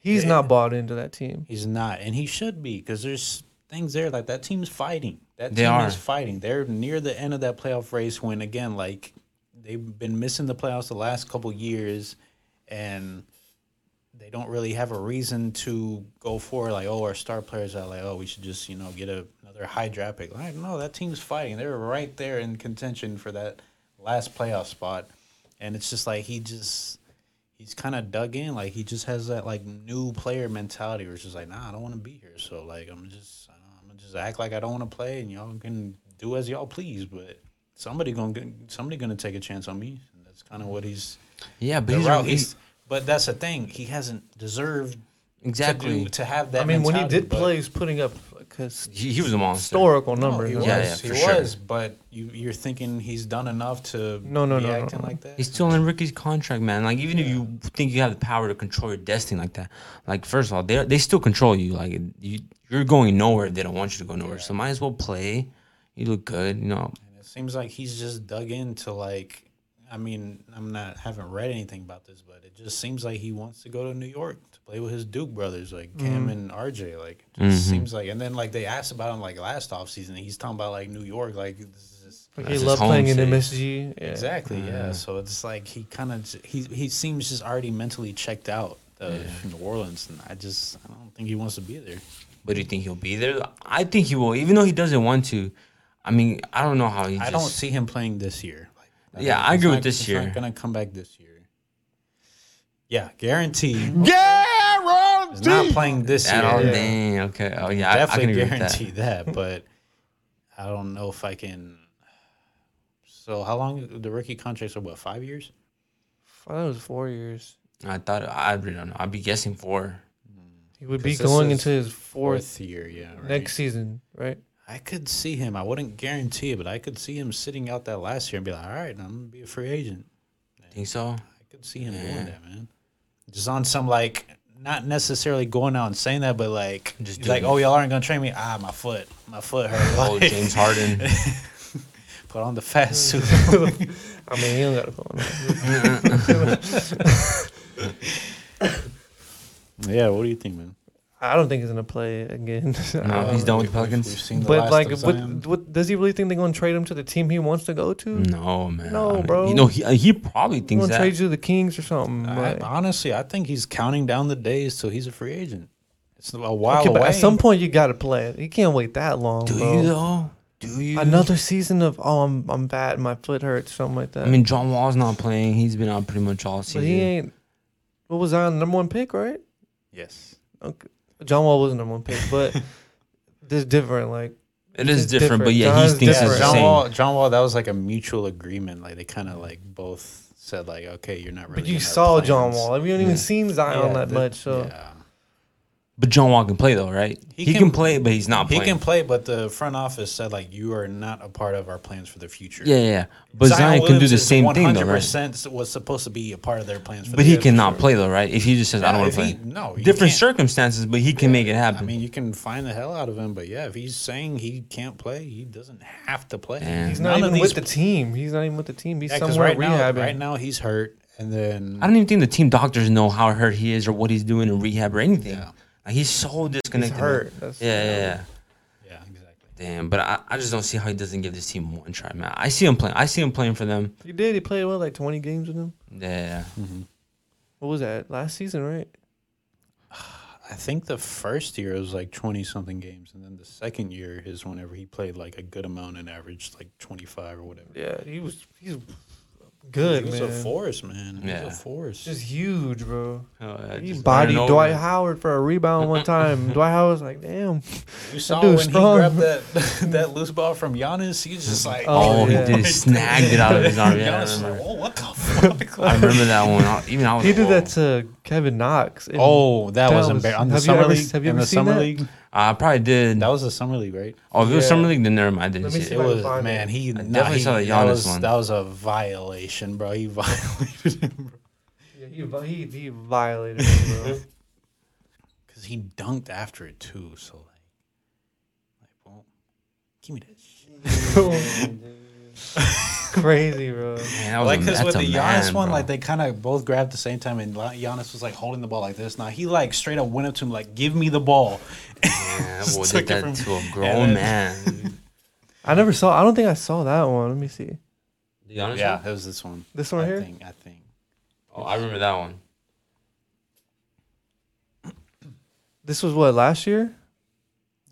Speaker 1: He's
Speaker 2: yeah.
Speaker 1: not bought into that team.
Speaker 2: he's not, and he should be because there's things there like that team's fighting. That
Speaker 4: They
Speaker 2: team
Speaker 4: are.
Speaker 2: is fighting. They're near the end of that playoff race when again, like they've been missing the playoffs the last couple years, and they don't really have a reason to go for like oh our star players are like oh we should just you know get a, another high draft pick. Like no, that team's fighting. They're right there in contention for that last playoff spot, and it's just like he just he's kind of dug in. Like he just has that like new player mentality, where it's just like nah, I don't want to be here. So like I'm just I'm gonna just act like I don't want to play, and y'all can do as y'all please. But somebody gonna get, somebody gonna take a chance on me. And that's kind of what he's.
Speaker 4: Yeah, but
Speaker 2: The
Speaker 4: he's,
Speaker 2: route
Speaker 4: he's-
Speaker 2: he's but that's the thing. He hasn't deserved
Speaker 4: exactly.
Speaker 2: to, do, to have that.
Speaker 1: I mean, when he
Speaker 2: mentality,
Speaker 1: did
Speaker 2: but-
Speaker 1: play, he's putting up like, his
Speaker 4: he, he was a monster.
Speaker 1: historical
Speaker 2: No,
Speaker 1: numbers.
Speaker 2: he
Speaker 1: huh?
Speaker 2: was.
Speaker 4: Yeah, yeah,
Speaker 2: he
Speaker 4: for sure.
Speaker 2: was. But you, you're thinking he's done enough to
Speaker 1: No, no,
Speaker 2: be
Speaker 1: no, no,
Speaker 2: acting
Speaker 1: no.
Speaker 2: like that.
Speaker 4: He's still on Ricky's contract, man. Like even if you think you have the power to control your destiny like that, like first of all, they they still control you. Like you, you're going nowhere. if They don't want you to go nowhere. So might as well play. You look good, you know.
Speaker 2: And it seems like he's just dug into like. I mean, I'm not haven't read anything about this, but it just seems like he wants to go to New York to play with his Duke brothers, like Cam and RJ. Like, it just seems like, and then like they asked about him like last offseason, and he's talking about like New York, like this is
Speaker 1: Like,
Speaker 4: That's
Speaker 1: he
Speaker 4: his
Speaker 1: loved
Speaker 4: home
Speaker 1: playing in
Speaker 4: city.
Speaker 1: MSG. Yeah.
Speaker 2: Exactly. Yeah. So it's like he kind of he he seems just already mentally checked out of New Orleans, and I just I don't think he wants to be there.
Speaker 4: But do you think he'll be there? I think he will, even though he doesn't want to. I mean, I don't know how he.
Speaker 2: I
Speaker 4: Just,
Speaker 2: don't see him playing this year. Like, I
Speaker 4: Yeah,
Speaker 2: don't-
Speaker 4: I
Speaker 2: he's
Speaker 4: agree with
Speaker 2: not-
Speaker 4: this
Speaker 2: he's
Speaker 4: year.
Speaker 2: Not gonna come back this year. Yeah, guaranteed. He's not
Speaker 1: <laughs> Guaranteed.
Speaker 2: playing this
Speaker 4: That all
Speaker 2: year.
Speaker 4: dang okay. Oh yeah, I, I can
Speaker 2: Definitely
Speaker 4: agree with
Speaker 2: guarantee
Speaker 4: that.
Speaker 2: that. but I don't know if I can. So how long the rookie contracts are? What five years?
Speaker 1: I thought it was four years.
Speaker 4: I thought I really don't know. I'd be guessing four.
Speaker 1: He would be
Speaker 2: 'Cause this
Speaker 1: going
Speaker 2: is
Speaker 1: into his fourth,
Speaker 2: year, yeah. right.
Speaker 1: next season, right?
Speaker 2: I could see him. I wouldn't guarantee it, but I could see him sitting out that last year and be like, all right, I'm going to be a free agent.
Speaker 4: Think so?
Speaker 2: I could see him doing that, man. Just on some, like, not necessarily going out and saying that, but like,
Speaker 4: Just
Speaker 2: just like,
Speaker 4: doing it.
Speaker 2: oh, y'all aren't going to train me. Ah, my foot. My foot hurt.
Speaker 4: <laughs> Oh,
Speaker 2: Like,
Speaker 4: James
Speaker 2: <laughs>
Speaker 4: Harden.
Speaker 2: Put on the fast suit.
Speaker 1: I mean, he don't got to put on.
Speaker 2: yeah, what do you think, man?
Speaker 1: I don't think he's gonna play again. <laughs>
Speaker 4: No, he's done with the
Speaker 2: We've
Speaker 4: Pelicans.
Speaker 2: seen the
Speaker 1: but
Speaker 2: last
Speaker 1: like,
Speaker 2: of Zion.
Speaker 1: what, what does he really think they're gonna trade him to the team he wants to go to?
Speaker 4: No man.
Speaker 1: No,
Speaker 4: I mean,
Speaker 1: bro.
Speaker 4: You know he he probably
Speaker 1: He's
Speaker 4: thinks
Speaker 1: gonna
Speaker 4: that.
Speaker 1: trade you to the Kings or something.
Speaker 2: I,
Speaker 1: like-
Speaker 2: honestly, I think he's counting down the days till he's a free agent. It's a while
Speaker 1: okay, but
Speaker 2: away.
Speaker 1: at some point you gotta play. it. You can't wait that long,
Speaker 4: Do
Speaker 1: bro.
Speaker 4: you though? Do you?
Speaker 1: Another season of oh, I'm I'm bad, my foot hurts, something like that.
Speaker 4: I mean, John Wall's not playing. He's been out pretty much all
Speaker 1: but
Speaker 4: season.
Speaker 1: he ain't. What was I on number one pick, right?
Speaker 2: yes.
Speaker 1: Okay. John Wall wasn't number one pick,
Speaker 2: <laughs>
Speaker 1: but this different. Like
Speaker 4: it is
Speaker 1: it's
Speaker 4: different, but
Speaker 1: different.
Speaker 4: yeah, he
Speaker 1: John's
Speaker 4: thinks it's
Speaker 2: Yeah,
Speaker 1: different.
Speaker 4: the
Speaker 2: John
Speaker 4: same.
Speaker 2: Wall. John Wall. That was like a mutual agreement. Like they kind of like both said like, okay, you're not really.
Speaker 1: But you
Speaker 2: in our
Speaker 1: saw John
Speaker 2: plans.
Speaker 1: Wall. We haven't even seen Zion
Speaker 2: Yeah,
Speaker 1: that
Speaker 2: the-
Speaker 1: much. So
Speaker 2: yeah.
Speaker 4: But John Wall can play though, right? He,
Speaker 2: He
Speaker 4: can,
Speaker 2: can-
Speaker 4: play, but he's not
Speaker 2: he
Speaker 4: playing.
Speaker 2: can play, but the front office said like, you are not a part of our plans for the future.
Speaker 4: yeah, yeah, yeah. But Zion, can do
Speaker 2: Williams
Speaker 4: the
Speaker 2: is
Speaker 4: same thing though, right?
Speaker 2: 100% was supposed to be a part of their plans for.
Speaker 4: But
Speaker 2: the
Speaker 4: he
Speaker 2: future.
Speaker 4: cannot play though, right? If he just says, "I
Speaker 2: Yeah,
Speaker 4: don't want
Speaker 2: if
Speaker 4: to play,"
Speaker 2: he- no, you
Speaker 4: different
Speaker 2: can't.
Speaker 4: circumstances, but he can make it happen.
Speaker 2: I mean, you can find the hell out of him, but yeah, if he's saying he can't play, he doesn't have to play.
Speaker 4: Man.
Speaker 1: he's
Speaker 4: He's
Speaker 1: not
Speaker 2: None of
Speaker 1: even
Speaker 2: these
Speaker 1: with the team. He's not even with the team. He's
Speaker 2: Yeah, 'cause
Speaker 1: somewhere
Speaker 2: right now,
Speaker 1: rehabbing.
Speaker 2: right now he's hurt, and then
Speaker 4: I don't even think the team doctors know how hurt he is or what he's doing in rehab or anything. Like he's so disconnected. man.
Speaker 1: hurt. That's-
Speaker 4: yeah, yeah, yeah.
Speaker 2: yeah, exactly.
Speaker 4: Damn, but I, I just don't see how he doesn't give this team one try, man. I see him playing. I see him playing for them.
Speaker 1: He did. He played what, like twenty games with them.
Speaker 4: Yeah,
Speaker 2: Mm-hmm.
Speaker 1: What was that last season, right?
Speaker 2: I think the first year it was like twenty something games, and then the second year is whenever he played like a good amount and averaged like twenty five or whatever.
Speaker 1: Yeah, he was. He's good,
Speaker 2: he was
Speaker 1: man.
Speaker 2: a force, man. He
Speaker 4: Yeah.
Speaker 2: was a force.
Speaker 1: Just huge, bro.
Speaker 4: Oh, yeah,
Speaker 1: He
Speaker 4: just
Speaker 1: bodied
Speaker 4: turning over.
Speaker 1: Dwight Howard for a rebound <laughs> one time. Dwight Howard was like, "Damn,
Speaker 2: you saw
Speaker 1: dude
Speaker 2: when he
Speaker 1: strong.
Speaker 2: grabbed <laughs>
Speaker 1: <laughs>
Speaker 2: that that loose ball from Giannis. He was just like,
Speaker 1: Oh,
Speaker 4: Oh,
Speaker 1: yeah.
Speaker 4: he did snagged it out of his arm. Yeah,
Speaker 2: Giannis
Speaker 4: I
Speaker 2: was like,
Speaker 4: remember,
Speaker 2: oh, what
Speaker 1: <laughs>
Speaker 2: the fuck?
Speaker 4: I remember that one. I- Even I was.
Speaker 1: he
Speaker 4: like,
Speaker 1: did that
Speaker 4: "Whoa."
Speaker 1: to Kevin Knox." in-
Speaker 2: Oh, that, was
Speaker 1: That was-
Speaker 2: embarrassing. On the
Speaker 1: have you
Speaker 2: summer
Speaker 1: ever-
Speaker 2: league,
Speaker 1: have you
Speaker 2: in
Speaker 1: ever
Speaker 2: the
Speaker 1: seen
Speaker 2: summer
Speaker 1: that?
Speaker 2: league,
Speaker 4: I probably did.
Speaker 2: that was the summer league, right?
Speaker 4: oh, if it was
Speaker 1: Yeah.
Speaker 4: summer league, then never mind. I didn't
Speaker 1: Let me
Speaker 4: see
Speaker 1: see
Speaker 4: it.
Speaker 2: It
Speaker 1: Might
Speaker 2: was
Speaker 1: find
Speaker 2: man.
Speaker 1: it.
Speaker 2: He
Speaker 4: I
Speaker 2: nah,
Speaker 4: definitely
Speaker 2: he-
Speaker 4: saw the
Speaker 2: that
Speaker 4: Giannis
Speaker 2: was
Speaker 4: one.
Speaker 2: that was a violation, bro. He violated him, bro.
Speaker 1: Yeah, he, vi- he, he violated him, bro.
Speaker 2: <laughs> Cause he dunked after it too. So like, like, well, give me <laughs> that shit.
Speaker 1: <laughs> Crazy, bro.
Speaker 4: Man, that was
Speaker 2: Like,
Speaker 4: a-
Speaker 2: cause
Speaker 4: that's
Speaker 2: with
Speaker 4: a
Speaker 2: the Giannis
Speaker 4: man,
Speaker 2: one,
Speaker 4: bro. <laughs>
Speaker 2: like they kind of both grabbed at the same time, and Li- Giannis was like holding the ball like this. Now he like straight up went up to him like, "Give me the ball."
Speaker 4: Yeah,
Speaker 2: Just
Speaker 4: boy
Speaker 2: took
Speaker 4: did
Speaker 2: it
Speaker 4: that
Speaker 2: from-
Speaker 4: to a
Speaker 2: then-
Speaker 4: grown man.
Speaker 1: I never saw. I don't think I saw that one. Let me see.
Speaker 4: The Giannis one?
Speaker 2: Yeah, it was this one.
Speaker 1: This one
Speaker 2: I
Speaker 1: here?
Speaker 2: Think, I think.
Speaker 4: Oh, I remember that one.
Speaker 1: This was what last year.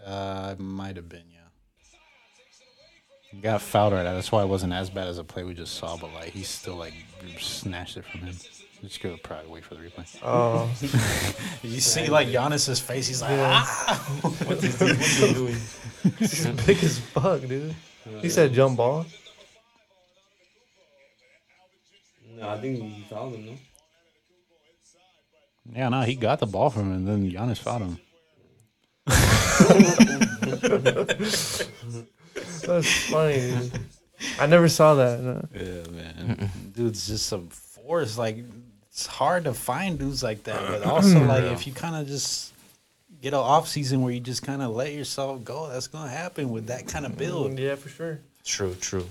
Speaker 2: Uh, it might have been, yeah. He got fouled right out. That's why it wasn't as bad as a play we just saw, but like he still like snatched it from him. Just go probably wait for the replay.
Speaker 1: Oh, <laughs>
Speaker 2: You see like Giannis's face. He's like, ah.
Speaker 1: he's big as fuck, dude. He said jump ball.
Speaker 4: No, I think you found him, no?
Speaker 2: yeah, no, he got the ball from him, and then Giannis fouled him.
Speaker 1: That's funny. Dude. I never saw that. No.
Speaker 2: Yeah, man. Dude's just some force. Like it's hard to find dudes like that,
Speaker 1: <clears throat>
Speaker 2: but also like if you kind of just get an off season where you just kind of let yourself go, that's gonna happen with that kind of build.
Speaker 1: Yeah, for sure.
Speaker 4: True, true.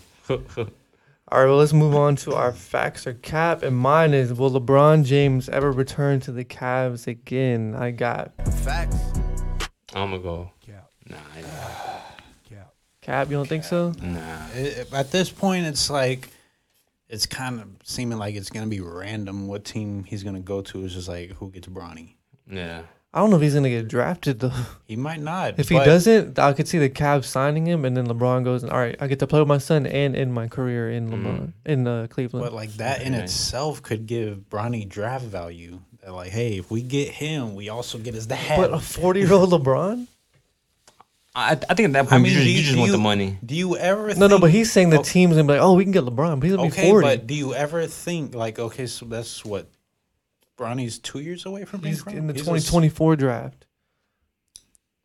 Speaker 1: All right, well, let's move on to our facts or cap. And mine is Will LeBron James ever return to the Cavs again? I got
Speaker 5: Facts.
Speaker 4: I'm gonna go.
Speaker 5: Yeah.
Speaker 4: Nah, I-
Speaker 5: Yeah.
Speaker 1: cap. You don't think so?
Speaker 4: nah.
Speaker 2: It- at this point, it's like it's kind of seeming like it's gonna be random what team he's gonna go to. Is just like who gets Bronny.
Speaker 4: Yeah.
Speaker 1: I don't know if he's gonna get drafted though.
Speaker 2: He might not.
Speaker 1: If he
Speaker 2: but
Speaker 1: doesn't, I could see the Cavs signing him, and then LeBron goes, "All right, I get to play with my son and end my career in LeBron in uh, Cleveland."
Speaker 2: But like that in
Speaker 4: Okay.
Speaker 2: itself could give Bronny draft value. That like, hey, if we get him, we also get his dad.
Speaker 1: But a forty-year-old LeBron?
Speaker 4: I, I think at that point,
Speaker 2: I mean,
Speaker 4: you just,
Speaker 2: do
Speaker 4: you
Speaker 2: you-
Speaker 4: just
Speaker 2: do
Speaker 4: want the
Speaker 2: you-
Speaker 4: money.
Speaker 2: Do you ever?
Speaker 1: No, no.
Speaker 2: think-
Speaker 1: But he's saying the
Speaker 2: Oh.
Speaker 1: team's gonna be like, "Oh, we can get LeBron, but he's gonna be
Speaker 2: okay,
Speaker 1: 40.
Speaker 2: but do you ever think like, okay, so that's what Bronny's two years away from being
Speaker 1: he's
Speaker 2: Bronny?
Speaker 1: in the
Speaker 2: He's a
Speaker 1: twenty twenty-four draft,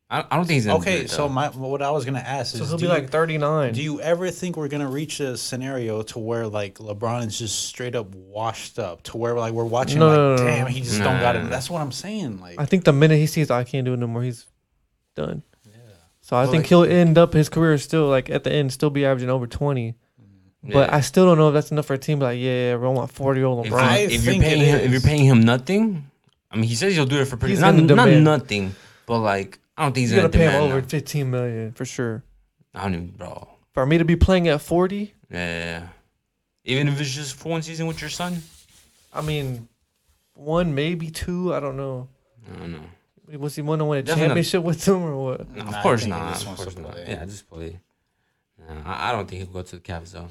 Speaker 4: I, I don't think he's
Speaker 2: s-
Speaker 4: gonna do
Speaker 2: Okay,
Speaker 4: it,
Speaker 2: so
Speaker 4: though.
Speaker 2: my what I was gonna ask is,
Speaker 1: so he'll be
Speaker 2: do, you,
Speaker 1: like thirty-nine.
Speaker 2: do you ever think we're gonna reach a scenario to where like LeBron is just straight up washed up, to where like we're watching
Speaker 1: No,
Speaker 2: like,
Speaker 1: no, no, no.
Speaker 2: damn, he just
Speaker 4: Nah,
Speaker 2: don't got
Speaker 4: nah,
Speaker 2: it.
Speaker 4: nah.
Speaker 2: That's what I'm saying. Like,
Speaker 1: I think the minute he sees I can't do it no more, he's done. So I
Speaker 2: Well,
Speaker 1: think
Speaker 2: like-
Speaker 1: he'll end up his career still like at the end still be averaging over twenty. But
Speaker 4: Yeah.
Speaker 1: I still don't know if that's enough for a team. Like, yeah, yeah, we want forty-year-old
Speaker 4: if,
Speaker 1: LeBron.
Speaker 2: I
Speaker 4: you, if you're
Speaker 2: think it
Speaker 4: paying him, if you're
Speaker 2: is.
Speaker 4: paying him nothing, I mean, he says he'll do it for pretty.
Speaker 1: He's
Speaker 4: Not,
Speaker 1: gonna
Speaker 4: not
Speaker 1: demand.
Speaker 4: nothing, but like I don't think he's
Speaker 1: You're
Speaker 4: gonna,
Speaker 1: gonna pay him
Speaker 4: demand.
Speaker 1: over
Speaker 4: that.
Speaker 1: fifteen million for sure.
Speaker 4: I don't even, bro.
Speaker 1: For me to be playing at forty,
Speaker 4: Yeah, yeah, yeah. Even if it's just for one season with your son,
Speaker 1: I mean, one maybe two. I don't know.
Speaker 4: I don't know.
Speaker 1: Was he want to win a
Speaker 4: Definitely.
Speaker 1: championship with them or what?
Speaker 4: No,
Speaker 2: Nah,
Speaker 4: of
Speaker 2: I
Speaker 4: course
Speaker 2: think he
Speaker 4: not.
Speaker 2: just
Speaker 4: Of
Speaker 2: wants
Speaker 4: course
Speaker 2: to
Speaker 4: not.
Speaker 2: play.
Speaker 4: Yeah, just play. Nah, I, I don't think he'll go to the Cavs though.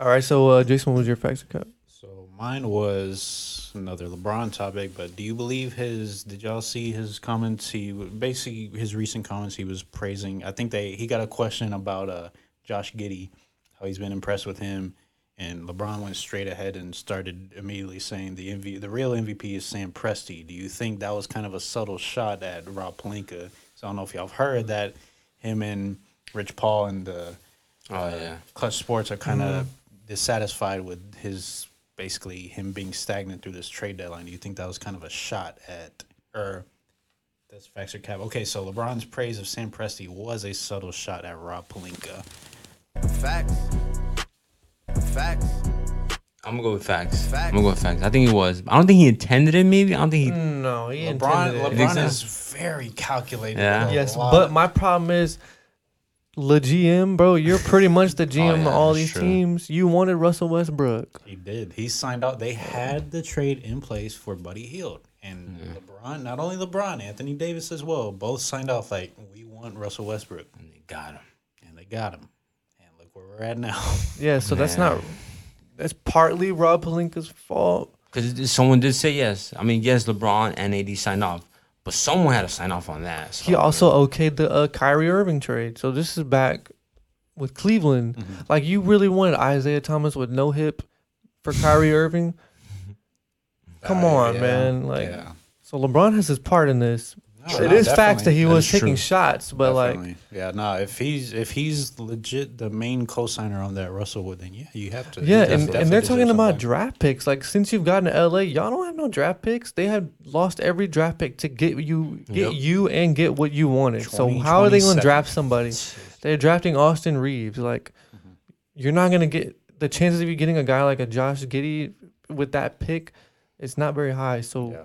Speaker 1: All right, so uh, Jason, what was your facts cup?
Speaker 2: So mine was another LeBron topic, but do you believe his? Did y'all see his comments? He w- basically his recent comments. He was praising. I think they he got a question about uh Josh Giddy, how he's been impressed with him, and LeBron went straight ahead and started immediately saying the MV, the real MVP is Sam Presti. Do you think that was kind of a subtle shot at Rob Palinka? So I don't know if y'all have heard that him and Rich Paul and the
Speaker 4: Oh yeah.
Speaker 2: clutch sports are kind of dissatisfied with his basically him being stagnant through this trade deadline. Do you think that was kind of a shot at or that's facts or cap? Okay, so LeBron's praise of Sam Presti was a subtle shot at Rob Palinka.
Speaker 5: Facts. Facts.
Speaker 4: I'm gonna go with facts.
Speaker 2: Facts. Mm.
Speaker 4: I'm gonna go with facts. I think he was. I don't think he intended it. Maybe I don't think he.
Speaker 1: No, he
Speaker 2: LeBron,
Speaker 1: intended it.
Speaker 4: think
Speaker 2: LeBron
Speaker 4: so?
Speaker 2: is very calculated.
Speaker 4: Yeah.
Speaker 2: with a
Speaker 1: Yes,
Speaker 2: lot
Speaker 1: but
Speaker 2: of-
Speaker 1: my problem is the GM, bro. You're pretty much
Speaker 4: <laughs>
Speaker 1: the GM
Speaker 4: Oh, yeah,
Speaker 1: of all
Speaker 4: that's
Speaker 1: these
Speaker 4: true.
Speaker 1: teams. You wanted Russell Westbrook.
Speaker 2: he did. He signed out. They had the trade in place for Buddy Hield and LeBron. Not only LeBron, Anthony Davis as well. Both signed off like we want Russell Westbrook,
Speaker 4: And they got him.
Speaker 2: and they got him. And look where we're at now.
Speaker 1: Yeah, so that's not. That's partly Rob Palinka's fault.
Speaker 4: Because someone did say yes. I mean, yes, LeBron and AD signed off, but someone had to sign off on that. So.
Speaker 1: He also okayed the uh, Kyrie Irving trade. So this is back with Cleveland.
Speaker 4: Mm-hmm.
Speaker 1: Like you really wanted Isaiah Thomas with no hip for
Speaker 4: <laughs>
Speaker 1: Kyrie Irving. Come
Speaker 2: Uh,
Speaker 1: on,
Speaker 2: yeah,
Speaker 1: man. <laughs> Like
Speaker 2: yeah.
Speaker 1: so, LeBron has his part in this.
Speaker 2: No,
Speaker 1: it
Speaker 2: no,
Speaker 1: is facts that
Speaker 2: definitely.
Speaker 1: he
Speaker 4: That
Speaker 1: was
Speaker 4: is
Speaker 1: taking
Speaker 4: true.
Speaker 1: shots, but like
Speaker 2: Definitely. yeah, no. If he's if he's legit the main co-signer on that Russell Wood, then yeah, you have to.
Speaker 1: Yeah,
Speaker 2: he
Speaker 1: and,
Speaker 2: definitely
Speaker 1: and they're
Speaker 2: deserves
Speaker 1: talking about
Speaker 2: something.
Speaker 1: draft picks. Like since you've gotten to LA, y'all don't have no draft picks. They had lost every draft pick to get you get
Speaker 4: Yep.
Speaker 1: you and get what you wanted. so
Speaker 2: 20,
Speaker 1: how are they going to
Speaker 2: 27.
Speaker 1: draft somebody? They're drafting Austin Reeves. Like
Speaker 2: Mm-hmm.
Speaker 1: you're not going to get the chances of you getting a guy like a Josh Giddy with that pick. It's not very high. So
Speaker 2: Yeah.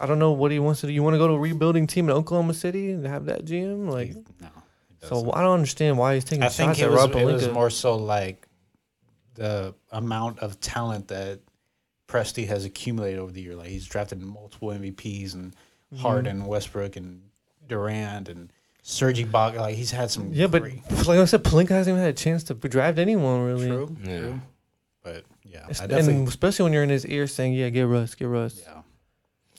Speaker 1: I don't know what he wants to do. You want to go to a rebuilding team in Oklahoma City and have that GM? Like
Speaker 2: He- no, he
Speaker 1: so I don't understand why he's taking
Speaker 2: I think
Speaker 1: shots
Speaker 2: it
Speaker 1: at
Speaker 2: was,
Speaker 1: Rob
Speaker 2: it was
Speaker 1: Pelinka.
Speaker 2: more so like the amount of talent that Presti has accumulated over the year. Like he's drafted multiple MVPs and
Speaker 1: Mm-hmm.
Speaker 2: Harden, Westbrook, and Durant, and Serge Ibaka. Like he's had some.
Speaker 1: yeah, but
Speaker 2: great-
Speaker 1: like I said, Palinka hasn't even had a chance to draft anyone really.
Speaker 2: true,
Speaker 4: Yeah.
Speaker 2: true. But yeah,
Speaker 1: Es-
Speaker 2: I definitely.
Speaker 1: and especially when you're in his ear saying, "Yeah, get Russ, get Russ."
Speaker 2: yeah.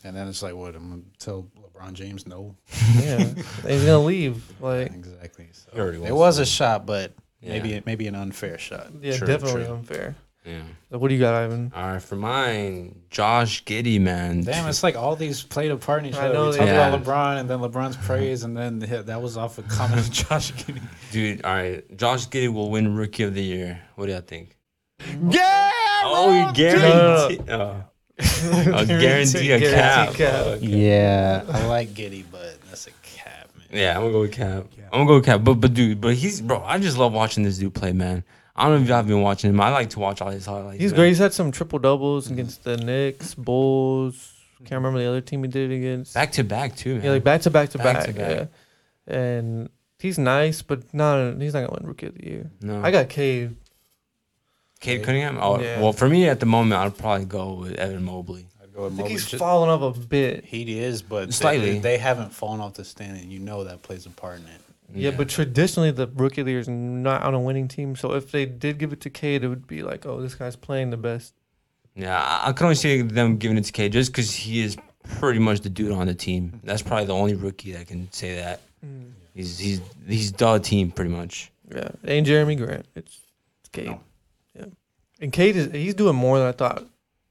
Speaker 2: And then it's like, what? I'm gonna tell LeBron James no.
Speaker 1: Yeah, And he's gonna leave. Like,
Speaker 2: Exactly. So
Speaker 4: He already
Speaker 2: it
Speaker 4: wants
Speaker 2: was a shot, but
Speaker 4: Yeah.
Speaker 2: maybe maybe an unfair shot.
Speaker 1: yeah,
Speaker 4: True,
Speaker 1: definitely
Speaker 4: true.
Speaker 1: unfair.
Speaker 4: Yeah.
Speaker 1: So what do you got, Ivan?
Speaker 4: All right, for mine, Josh Giddy, man.
Speaker 2: Damn, it's like all these played apart in each
Speaker 1: I
Speaker 2: other.
Speaker 1: know
Speaker 2: We
Speaker 1: they
Speaker 2: talk
Speaker 4: are.
Speaker 2: about LeBron and then LeBron's praise, and then yeah, that was off a comment of Josh Giddey.
Speaker 4: Dude, all right. Josh Giddy will win Rookie of the Year. What do y'all think?
Speaker 1: Yeah,
Speaker 4: Oh, you guarantee. <laughs> Oh. a guarantee a cap.
Speaker 2: Yeah, I like Giddy, but that's a cap, man.
Speaker 4: Yeah, I'm gonna go with Cap. I'm gonna go with Cap. But but dude, but he's bro. I just love watching this dude play, man. I don't know if y'all have been watching him. I like to watch all his highlights.
Speaker 1: he's
Speaker 4: man.
Speaker 1: great. He's had some triple doubles against the Knicks, Bulls. Can't remember the other team he did it against.
Speaker 4: Back to back too, man.
Speaker 1: yeah, like back to back to back.
Speaker 4: Back to back.
Speaker 1: Yeah. And he's nice, but not. He's not gonna win Rookie of the Year.
Speaker 4: no.
Speaker 1: I got Cade.
Speaker 4: Cade Cunningham. Oh,
Speaker 1: Yeah.
Speaker 4: Well, for me at the moment, I'd probably go with Evan Mobley.
Speaker 2: I'd go with
Speaker 1: I think
Speaker 2: Mobley.
Speaker 1: he's
Speaker 2: Just-
Speaker 1: falling off a bit.
Speaker 2: He is, but slightly.
Speaker 4: Slightly.
Speaker 2: They, haven't fallen off the stand, and you know that plays a part in it.
Speaker 1: Yeah, but traditionally the rookie of the year is not on a winning team. So if they did give it to Cade, it would be like, oh, this guy's playing the best.
Speaker 4: Yeah, I- I can only see them giving it to Cade just because he is pretty much the dude on the team. That's probably the only rookie that can say that. He's he's he's the team pretty much.
Speaker 1: Yeah, it ain't Jeremy Grant. It's, it's Cade. Yeah, and Cade is he's doing more than I thought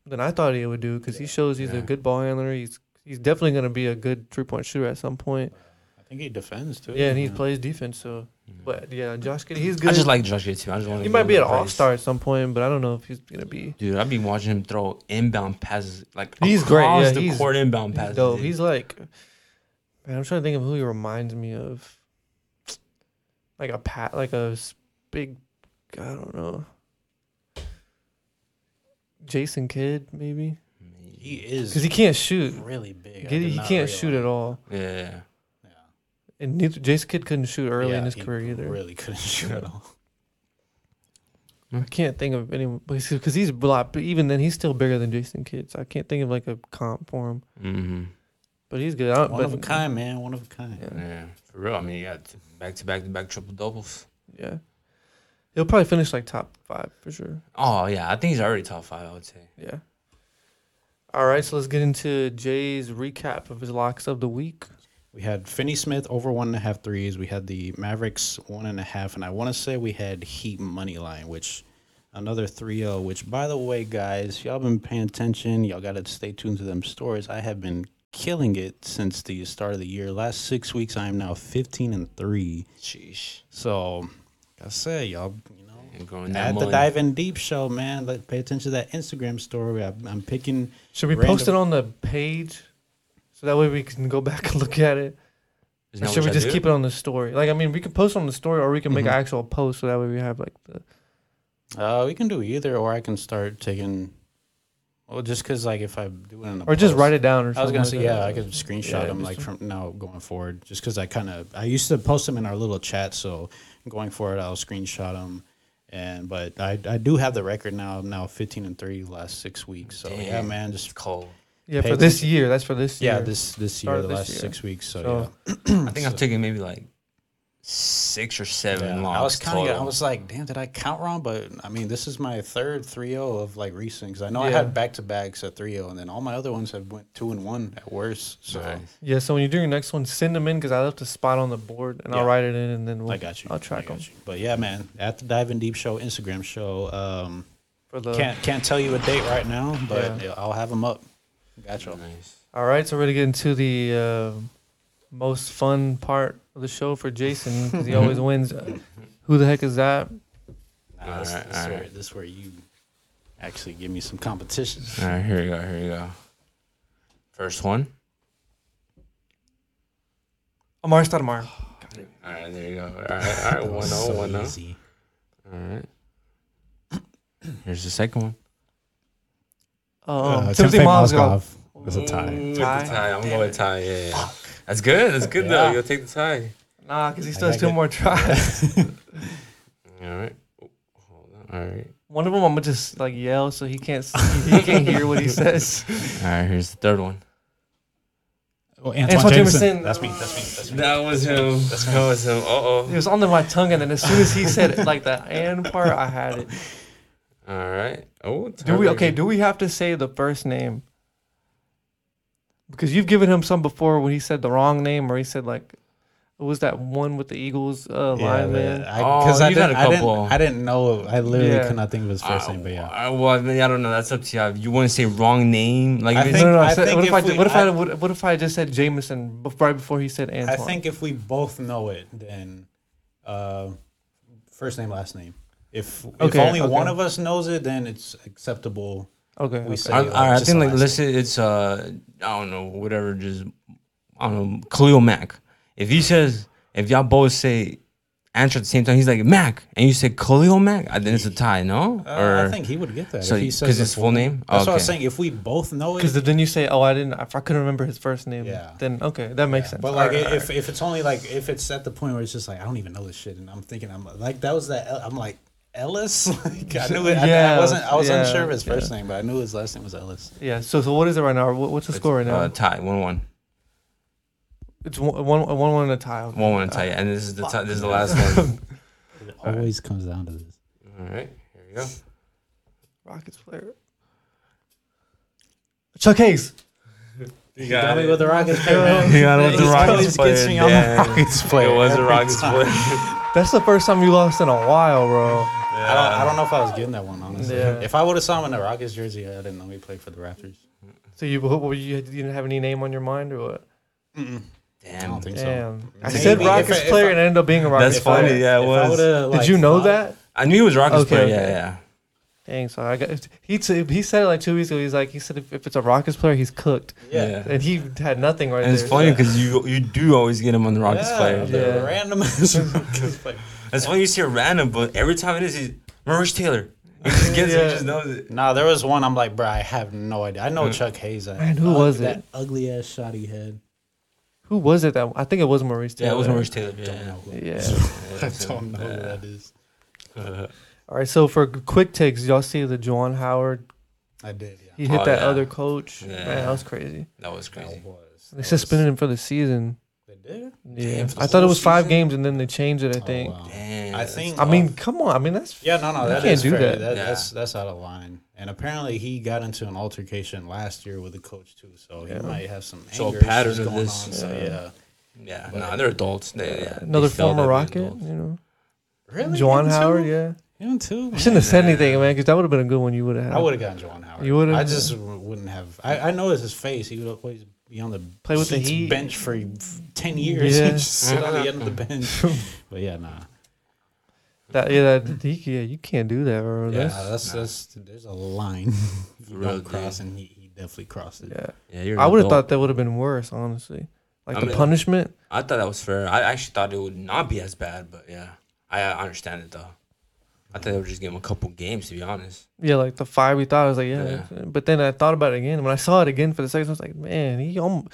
Speaker 1: than I thought he would do because he shows he's a
Speaker 4: Yeah.
Speaker 1: good ball handler. He's he's definitely gonna be a good three point shooter at some point.
Speaker 2: I think he defends too.
Speaker 1: Yeah, and he
Speaker 2: you know?
Speaker 1: plays defense. So, but yeah, Josh Cade, he's good.
Speaker 4: I just like Josh Giddy too. I just want
Speaker 1: he might be an all star at some point, but I don't know if he's gonna be.
Speaker 4: Dude, I'd be watching him throw inbound passes like
Speaker 1: He's great, yeah,
Speaker 4: across the
Speaker 1: he's-
Speaker 4: court inbound
Speaker 1: He's
Speaker 4: passes.
Speaker 1: dope.
Speaker 4: dude.
Speaker 1: He's like, man, I'm trying to think of who he reminds me of. Like a pat, like a s- big, I don't know. Jason Kidd, maybe,
Speaker 2: He is
Speaker 1: because he can't shoot.
Speaker 2: really big. I
Speaker 1: Giddy-
Speaker 2: did
Speaker 1: he
Speaker 2: not
Speaker 1: can't
Speaker 2: realize
Speaker 1: shoot at all,
Speaker 4: yeah.
Speaker 2: that. Yeah.
Speaker 1: and neither, Jason Kidd couldn't shoot early
Speaker 2: Yeah,
Speaker 1: in his
Speaker 2: he
Speaker 1: career either.
Speaker 2: Really couldn't <laughs> shoot
Speaker 1: <laughs>
Speaker 2: at all.
Speaker 1: I can't think of anyone because he's a lot, but even then he's still bigger than Jason Kidd. So I can't think of like a comp for him,
Speaker 4: Mm-hmm.
Speaker 1: but he's good. I don't,
Speaker 2: One
Speaker 1: but,
Speaker 2: of a kind, man. One of a kind.
Speaker 1: Yeah.
Speaker 4: Yeah. For real. I mean, you got back to back to back triple doubles.
Speaker 1: Yeah, he'll probably finish like top five for sure.
Speaker 4: Oh yeah, I think he's already top five. I would say.
Speaker 1: Yeah. All right, so let's get into Jay's recap of his locks of the week.
Speaker 2: We had Finney Smith over one and a half threes. We had the Mavericks one and a half, and I want to say we had Heat money line, which another 3-0, which by the way, guys, y'all been paying attention. Y'all got to stay tuned to them stories. I have been killing it since the start of the year. Last six weeks, I am now 15 and three.
Speaker 4: Sheesh.
Speaker 2: So, I say, y'all, you know,
Speaker 4: And growing that
Speaker 2: at the
Speaker 4: money.
Speaker 2: Dive in Deep show, man. Like, pay attention to that Instagram story. I, I'm picking.
Speaker 1: Should we post it on the page so that way we can go <laughs> back and look at it?
Speaker 4: Isn't
Speaker 1: Or
Speaker 4: that
Speaker 1: should we
Speaker 4: what y'all
Speaker 1: just
Speaker 4: do? Mm-hmm.
Speaker 1: keep it on the story? Like, I mean, we can post on the story or we can make an actual post so that way we have like the
Speaker 2: Uh, we can do either, or I can start taking. Well, just because like if I do it in the
Speaker 1: Or just
Speaker 2: post-
Speaker 1: write it down or
Speaker 2: I was
Speaker 1: something.
Speaker 2: gonna say
Speaker 1: like
Speaker 2: yeah,
Speaker 1: that.
Speaker 2: I could screenshot
Speaker 1: Yeah,
Speaker 2: them
Speaker 1: just
Speaker 2: like from now going forward, just because I kind of I used to post them in our little chat. So going forward, I'll screenshot them. And but I I do have the record now. I'm now 15 and three last six weeks. So yeah,
Speaker 4: Damn.
Speaker 2: man,
Speaker 4: It's
Speaker 2: just
Speaker 4: cold.
Speaker 1: Yeah, for
Speaker 2: page-
Speaker 1: this year. That's for this year.
Speaker 2: yeah this this year
Speaker 1: Start
Speaker 2: the
Speaker 1: this
Speaker 2: last
Speaker 1: year.
Speaker 2: six weeks. So,
Speaker 1: So-
Speaker 2: yeah.
Speaker 4: I think I've taken maybe like six or seven
Speaker 2: Yeah,
Speaker 4: locks
Speaker 2: I was kind of,
Speaker 4: total.
Speaker 2: I was like, damn, did I count wrong? But I mean, this is my third 3-0 of like recent because I know I
Speaker 1: Yeah.
Speaker 2: had back to backs at 3-0, and then all my other ones have went two and one at worst. So
Speaker 4: Nice.
Speaker 1: Yeah, so when you do your next one, send them in because I left a spot on the board and I'll
Speaker 2: Yeah.
Speaker 1: write it in and then we'll,
Speaker 2: I got you.
Speaker 1: I'll track
Speaker 2: I got
Speaker 1: them.
Speaker 2: you. But yeah, man, at the Dive in Deep Show Instagram show, um,
Speaker 1: For
Speaker 4: Uh.
Speaker 1: the,
Speaker 2: can't can't tell you a date right now, but
Speaker 1: Yeah.
Speaker 2: yeah, I'll have them up. Gotcha.
Speaker 4: Nice.
Speaker 1: All right, so we're going to get into the uh, most fun part of the show for Jason because he
Speaker 2: <laughs>
Speaker 1: always wins. Who the heck is that?
Speaker 2: Nah,
Speaker 4: All
Speaker 2: this,
Speaker 4: right,
Speaker 2: this,
Speaker 4: all
Speaker 2: where,
Speaker 4: right.
Speaker 2: this where you actually give me some competition.
Speaker 4: All right, here we go. Here we go. First one.
Speaker 1: Amar Stoudemire.
Speaker 4: All right, there you go. All right, all right, one oh, one oh.
Speaker 2: easy.
Speaker 4: All right. Here's the second one.
Speaker 2: Uh,
Speaker 1: Um, Timothy Mozgov.
Speaker 2: That's a tie.
Speaker 4: Ooh,
Speaker 1: Tie?
Speaker 4: With the tie. I'm going with tie. Yeah, yeah. That's good. That's good
Speaker 2: Yeah.
Speaker 4: though. You'll take the tie.
Speaker 1: Nah, because he
Speaker 2: I
Speaker 1: still has
Speaker 2: gotta
Speaker 1: two
Speaker 2: get-
Speaker 1: more tries. <laughs>
Speaker 4: All right. Oh, Hold on. All right.
Speaker 1: One of them I'm gonna just like yell so he can't s- he can't hear what
Speaker 2: <laughs>
Speaker 1: he says.
Speaker 4: All right. Here's the third one.
Speaker 2: Oh,
Speaker 1: Antoine Jameson.
Speaker 2: That's me. That's me. That's me.
Speaker 4: That was him. That was him. Uh
Speaker 1: It
Speaker 4: oh.
Speaker 1: was on the, my tongue, and then as soon as he said like the and part, I had it.
Speaker 4: All right. Oh.
Speaker 1: Do we
Speaker 4: Tyler.
Speaker 1: okay? Do we have to say the first name? Because you've given him some before when he said the wrong name, or he said like, what was that one with the Eagles uh, lineman?
Speaker 2: I,
Speaker 4: Oh,
Speaker 2: 'cause I
Speaker 4: you've had
Speaker 2: didn't,
Speaker 4: a
Speaker 2: I didn't,
Speaker 4: couple.
Speaker 2: I didn't know. I literally
Speaker 1: Yeah.
Speaker 2: could not think of his first name, but yeah.
Speaker 4: I, well, I, mean, I don't know. That's up to you. You want to say wrong name? Like,
Speaker 2: I
Speaker 4: if it's-
Speaker 1: no, no, no.
Speaker 2: I
Speaker 1: I said-
Speaker 2: think
Speaker 1: what if,
Speaker 2: if
Speaker 1: I, did-
Speaker 2: we-
Speaker 1: what if I,
Speaker 2: I-
Speaker 1: what, what if I just said Jameson bef- right before he said Antoine?
Speaker 2: I think if we both know it, then uh, first name, last name. If,
Speaker 1: Okay,
Speaker 2: if only
Speaker 1: okay.
Speaker 2: one of us knows it, then it's acceptable.
Speaker 1: okay.
Speaker 2: We
Speaker 1: okay.
Speaker 2: said
Speaker 4: I,
Speaker 2: like,
Speaker 4: I, I
Speaker 2: just
Speaker 4: think
Speaker 2: the
Speaker 4: like
Speaker 2: last
Speaker 4: let's say it's uh I don't know whatever just I don't know Khalil Mack. If he says if y'all both say answer at the same time, he's like Mack, and you say Khalil Mack, I think it's a tie, no?
Speaker 2: Uh, I think he would get that.
Speaker 4: so
Speaker 2: if he says
Speaker 4: because
Speaker 2: the
Speaker 4: his full name. Oh,
Speaker 2: That's what I was
Speaker 4: Okay.
Speaker 2: saying. If we both know it,
Speaker 1: Because then you say, "Oh, I didn't. I, f- I couldn't remember his first name."
Speaker 2: Yeah.
Speaker 1: Then okay, that makes sense.
Speaker 2: but like
Speaker 1: Alright,
Speaker 2: if, if it's only like if it's at the point where it's just like I don't even know this shit, and I'm thinking I'm like that was that El- I'm like Ellis. <laughs> like, I knew it. I,
Speaker 1: Yeah,
Speaker 2: I wasn't. I was
Speaker 1: yeah,
Speaker 2: unsure of his first name, but I knew his last name was Ellis.
Speaker 1: alright. yeah. So so what is it right now? What, what's the score right now?
Speaker 4: Uh, tie one one
Speaker 1: it's one one one one and a tie. okay.
Speaker 4: one one tie, and this is the ti- this is the last one.
Speaker 2: It always comes down to this.
Speaker 4: All right, here we go.
Speaker 1: Rockets player. Chuck Hayes.
Speaker 4: You
Speaker 2: Got me with the Rockets player.
Speaker 4: <laughs>
Speaker 2: man.
Speaker 4: You got it with the
Speaker 2: He
Speaker 4: Rockets
Speaker 2: always gets
Speaker 4: player.
Speaker 2: me on the
Speaker 4: Damn.
Speaker 2: Rockets player
Speaker 4: It was
Speaker 2: <laughs>
Speaker 4: a
Speaker 2: every
Speaker 4: Rockets
Speaker 2: time.
Speaker 4: player.
Speaker 1: That's the first time you lost in a while, bro.
Speaker 2: I don't, I don't know if I was getting that one honestly.
Speaker 1: Yeah.
Speaker 2: If I would have saw him in a Rockets jersey, I didn't know he played for the Raptors.
Speaker 1: So you what were you, you didn't have any name on your mind or what?
Speaker 2: I don't
Speaker 4: Damn.
Speaker 2: think so.
Speaker 1: Damn. I
Speaker 2: Maybe.
Speaker 1: said
Speaker 2: If I-
Speaker 1: Rockets
Speaker 2: if I-
Speaker 1: player and it ended up being a Rockets
Speaker 4: That's funny.
Speaker 1: player.
Speaker 4: yeah, it
Speaker 2: If I
Speaker 4: was.
Speaker 2: would've,
Speaker 1: Did
Speaker 2: like,
Speaker 1: you know
Speaker 2: thought-
Speaker 1: that?
Speaker 4: I knew it was Rockets
Speaker 1: Okay,
Speaker 4: player.
Speaker 1: okay.
Speaker 4: Yeah, yeah.
Speaker 1: Dang, so I got he t- he said it like two weeks ago. He's like he said if, if it's a Rockets player, he's cooked,
Speaker 2: Yeah.
Speaker 4: Yeah.
Speaker 1: and he had nothing right
Speaker 4: And
Speaker 1: there.
Speaker 4: it's funny because you you do always get him on the Rockets player.
Speaker 2: the
Speaker 1: Yeah.
Speaker 2: random <laughs> ass Rockets player.
Speaker 4: That's why you see a random, but every time it is, he's Maurice Taylor. He just gets
Speaker 1: <laughs>
Speaker 4: it,
Speaker 1: Yeah.
Speaker 4: he just knows it.
Speaker 2: Nah, there was one. I'm like, bro, I have no idea. I know
Speaker 4: Hmm.
Speaker 2: Chuck Hayes. I,
Speaker 1: Man, who was
Speaker 2: that
Speaker 1: it?
Speaker 2: ugly ass shoddy head.
Speaker 1: Who was it that I think it was Maurice?
Speaker 4: Yeah, it was
Speaker 1: Taylor.
Speaker 4: Maurice Taylor. Yeah,
Speaker 2: Don't know. Who.
Speaker 4: <laughs>
Speaker 1: Yeah.
Speaker 2: I don't know who that is.
Speaker 1: All right. So for quick takes, y'all see the Juwan Howard?
Speaker 2: I did. Yeah.
Speaker 1: He hit
Speaker 4: Oh,
Speaker 1: that
Speaker 4: yeah.
Speaker 1: other coach. Man,
Speaker 4: Yeah.
Speaker 1: that was crazy.
Speaker 4: <laughs> that was crazy.
Speaker 2: That was.
Speaker 1: They suspended him for the season.
Speaker 2: They did.
Speaker 1: Yeah,
Speaker 4: for the
Speaker 1: I thought it
Speaker 4: whole
Speaker 1: was five
Speaker 4: season?
Speaker 1: games, and then they changed it. I think.
Speaker 2: Oh, wow.
Speaker 4: Damn.
Speaker 2: I
Speaker 4: that's
Speaker 2: think. uh,
Speaker 1: I mean, come on. I mean, that's
Speaker 2: Yeah, no, no,
Speaker 1: You
Speaker 2: that
Speaker 1: can't
Speaker 2: is
Speaker 1: do
Speaker 2: fair.
Speaker 1: that.
Speaker 2: That-
Speaker 4: Yeah.
Speaker 2: That's that's out of line. And apparently, he got into an altercation last year with the coach too, so he might have some anger
Speaker 4: So a
Speaker 2: issues
Speaker 4: pattern of
Speaker 2: going
Speaker 4: this,
Speaker 2: on. So yeah,
Speaker 4: Yeah, nah, they're adults. They, yeah,
Speaker 1: another
Speaker 4: they felt
Speaker 1: former
Speaker 4: that
Speaker 1: Rocket.
Speaker 4: being
Speaker 1: You know,
Speaker 2: really,
Speaker 1: Juwan
Speaker 2: Him
Speaker 1: Howard.
Speaker 2: too?
Speaker 1: Yeah,
Speaker 2: him too.
Speaker 1: I shouldn't have said anything, man, because that would have been a good one. You would have.
Speaker 2: I would have gotten Juwan Howard.
Speaker 1: You would've-
Speaker 2: I just w- wouldn't have. I, I know it's his face. He would always be on the
Speaker 1: Play with the
Speaker 2: Heat's
Speaker 1: Heat.
Speaker 2: bench for f- ten <laughs> years.
Speaker 1: Yeah.
Speaker 2: and just sit on the end
Speaker 1: <laughs>
Speaker 2: of the bench. But yeah, nah.
Speaker 1: That, yeah, that, he, yeah, you can't do that, bro.
Speaker 2: Yeah,
Speaker 1: That's-
Speaker 2: nah, that's that's there's a line. <laughs> you
Speaker 4: Real
Speaker 2: don't
Speaker 4: deal.
Speaker 2: cross, and he, he definitely crossed it.
Speaker 1: yeah.
Speaker 4: Yeah, you're an
Speaker 1: I would have
Speaker 4: adult.
Speaker 1: thought that would have been worse, honestly. Like
Speaker 4: I
Speaker 1: the
Speaker 4: mean-
Speaker 1: punishment.
Speaker 4: I thought that was fair. I actually thought it would not be as bad, but yeah, I, I understand it though. I thought they would just give him a couple games to be honest.
Speaker 1: Yeah, like the five we thought. I was like, yeah. But then I thought about it again. When I saw it again for the second, I was like, man, he um,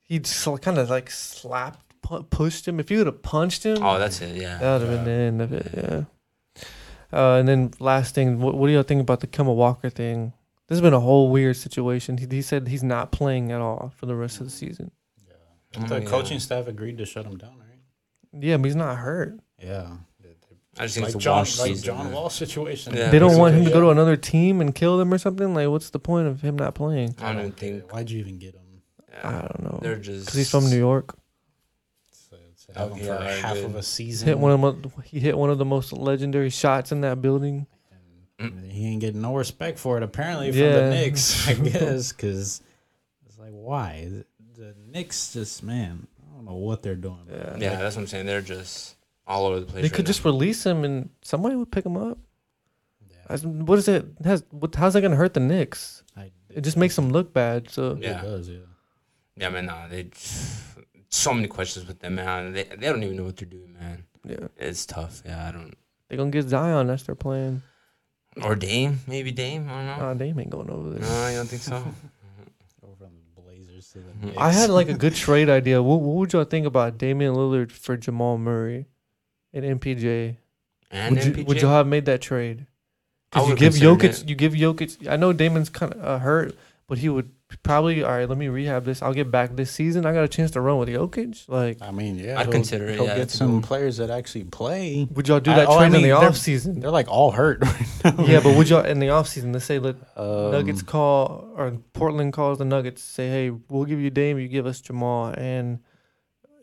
Speaker 1: he kind of like slapped, pu- pushed him. If you would have punched him,
Speaker 4: Oh, that's it. Yeah.
Speaker 1: that would have been the end of it. Yeah. Uh, and then last thing, what, what do y'all think about the Kemba Walker thing? This has been a whole weird situation. He, he said he's not playing at all for the rest of the season.
Speaker 4: Oh,
Speaker 2: The
Speaker 4: yeah.
Speaker 2: coaching staff agreed to shut him down, right?
Speaker 1: Yeah, but he's not hurt.
Speaker 2: Yeah.
Speaker 4: I just think
Speaker 2: Like
Speaker 4: it's a
Speaker 2: John,
Speaker 4: wash
Speaker 2: like
Speaker 4: season.
Speaker 2: John
Speaker 4: man.
Speaker 2: Wall situation.
Speaker 4: Yeah,
Speaker 1: they don't
Speaker 4: basically,
Speaker 1: want him to go to
Speaker 2: Yeah.
Speaker 1: another team and kill them or something. Like, what's the point of him not playing?
Speaker 4: I don't think.
Speaker 2: Why'd you even get him?
Speaker 1: I don't know.
Speaker 4: They're just
Speaker 1: Because he's from New York.
Speaker 2: So, to have
Speaker 4: Oh,
Speaker 2: him
Speaker 4: yeah,
Speaker 2: for
Speaker 4: they're
Speaker 2: half
Speaker 4: good.
Speaker 2: of a
Speaker 1: He's
Speaker 2: season.
Speaker 1: hit one of the, mo- he hit one of the most legendary shots in that building.
Speaker 2: and he ain't getting no respect for it apparently from
Speaker 1: Yeah. <laughs>
Speaker 2: the Knicks, I guess, because it's like why The- the Knicks just man, I don't know what they're doing. bro.
Speaker 1: Yeah.
Speaker 4: Yeah, that's what I'm saying. They're just all over the place.
Speaker 1: They
Speaker 4: right
Speaker 1: could just release him and somebody would pick him up.
Speaker 2: Yeah,
Speaker 1: As- What is it? Has what? How's that gonna hurt the Knicks?
Speaker 2: I,
Speaker 1: It just makes them look bad. So
Speaker 2: it
Speaker 4: Yeah.
Speaker 2: does, yeah.
Speaker 4: now. Yeah, man. Nah, they so many questions with them, man. They they don't even know what they're doing, man.
Speaker 1: yeah,
Speaker 4: It's tough. Yeah, I don't.
Speaker 1: they're gonna get Zion. That's their plan.
Speaker 4: Or Dame, maybe Dame. I don't know.
Speaker 1: Nah, Dame ain't going over there.
Speaker 4: no, I don't think
Speaker 1: <laughs>
Speaker 4: so.
Speaker 2: Go from the Blazers to
Speaker 4: Mhm.
Speaker 2: the Knicks.
Speaker 1: I had like a good trade idea. What, what would y'all think about Damian Lillard for Jamal Murray and MPJ?
Speaker 4: And
Speaker 1: Would you,
Speaker 4: MPJ?
Speaker 1: would y'all have made that trade?
Speaker 4: I
Speaker 1: Because you
Speaker 4: would've
Speaker 1: give
Speaker 4: considered
Speaker 1: Jokic,
Speaker 4: it.
Speaker 1: you give Jokic. I know Damon's kind of uh, hurt, but he would probably. All right, let me rehab this. I'll get back this season. I got a chance to run with Jokic. Like,
Speaker 2: <laughs> I mean, yeah,
Speaker 4: I'd
Speaker 2: he'll-
Speaker 4: consider it,
Speaker 2: he'll
Speaker 4: yeah,
Speaker 2: get
Speaker 4: to
Speaker 2: some
Speaker 4: go.
Speaker 2: players that actually play.
Speaker 1: would y'all do
Speaker 2: I-
Speaker 1: that
Speaker 2: oh, I
Speaker 1: trade in
Speaker 2: mean,
Speaker 1: the
Speaker 2: they're-
Speaker 1: off season?
Speaker 2: <laughs> They're like all hurt right now.
Speaker 1: Yeah, but would y'all in the off season? Let's say let
Speaker 2: Um,
Speaker 1: Nuggets call or Portland calls the Nuggets. Say, hey, we'll give you Dame. You give us Jamal and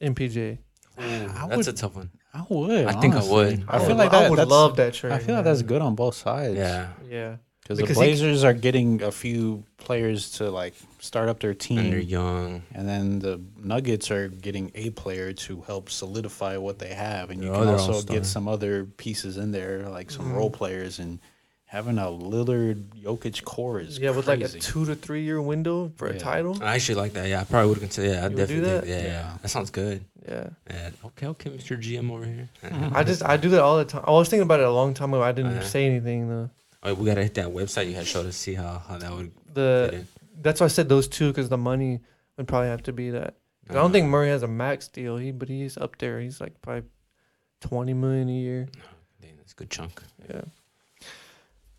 Speaker 1: MPJ.
Speaker 2: I
Speaker 4: that's
Speaker 2: would-
Speaker 4: a tough one.
Speaker 2: I would.
Speaker 4: I think I
Speaker 2: honestly.
Speaker 4: would.
Speaker 2: I feel
Speaker 1: would-
Speaker 2: like
Speaker 1: Oh, I
Speaker 2: that.
Speaker 1: would
Speaker 2: that's,
Speaker 1: love that trade.
Speaker 2: I feel
Speaker 1: man.
Speaker 2: like that's good on both sides.
Speaker 4: Yeah,
Speaker 1: Yeah.
Speaker 2: Because the
Speaker 1: Because he-
Speaker 2: Blazers are getting a few players to like start up their
Speaker 4: and they're
Speaker 2: team,
Speaker 4: young.
Speaker 2: and then the Nuggets are getting a player to help solidify what they have, and you
Speaker 4: Their
Speaker 2: can
Speaker 4: other
Speaker 2: also
Speaker 4: all-star.
Speaker 2: get some other pieces in there, like
Speaker 1: Mm-hmm.
Speaker 2: some role players, and having a Lillard, Jokic core is
Speaker 1: Yeah, with like a
Speaker 2: crazy.
Speaker 1: two to three year window for a
Speaker 2: Yeah.
Speaker 1: title.
Speaker 4: I actually like that. Yeah, I probably would consider. Yeah, I
Speaker 1: You would do
Speaker 4: definitely.
Speaker 1: that?
Speaker 4: Think, yeah, yeah,
Speaker 2: Yeah.
Speaker 4: that sounds good.
Speaker 1: Yeah.
Speaker 4: Yeah. Okay, okay, Mr. GM over here.
Speaker 1: I just
Speaker 4: <laughs>
Speaker 1: I do that all the time. I was thinking about it a long time ago. I didn't
Speaker 4: Uh-huh.
Speaker 1: say anything though.
Speaker 4: All right, we gotta hit that website you had showed to see how, how that would fit
Speaker 1: The
Speaker 4: in.
Speaker 1: that's why I said those two because the money would probably have to be that. 'Cause I don't think Murray has a max deal. He but he's up there. He's like probably twenty million a year.
Speaker 4: Oh, Dang, that's a good chunk.
Speaker 1: Yeah.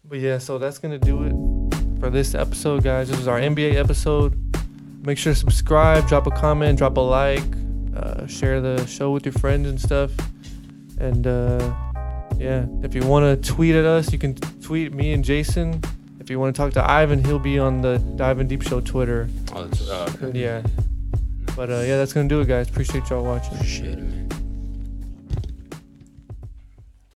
Speaker 1: But yeah, so that's gonna do it for this episode, guys. This was our NBA episode. Make sure to subscribe, drop a comment, drop a like, uh, share the show with your friends and stuff. And uh, yeah, if you want to tweet at us, you can tweet me and Jason. If you want to talk to Ivan, he'll be on the Dive and Deep Show Twitter.
Speaker 4: Oh, that's, uh,
Speaker 1: Yeah. But uh, yeah, that's gonna do it, guys. Appreciate y'all watching.
Speaker 4: shit, man.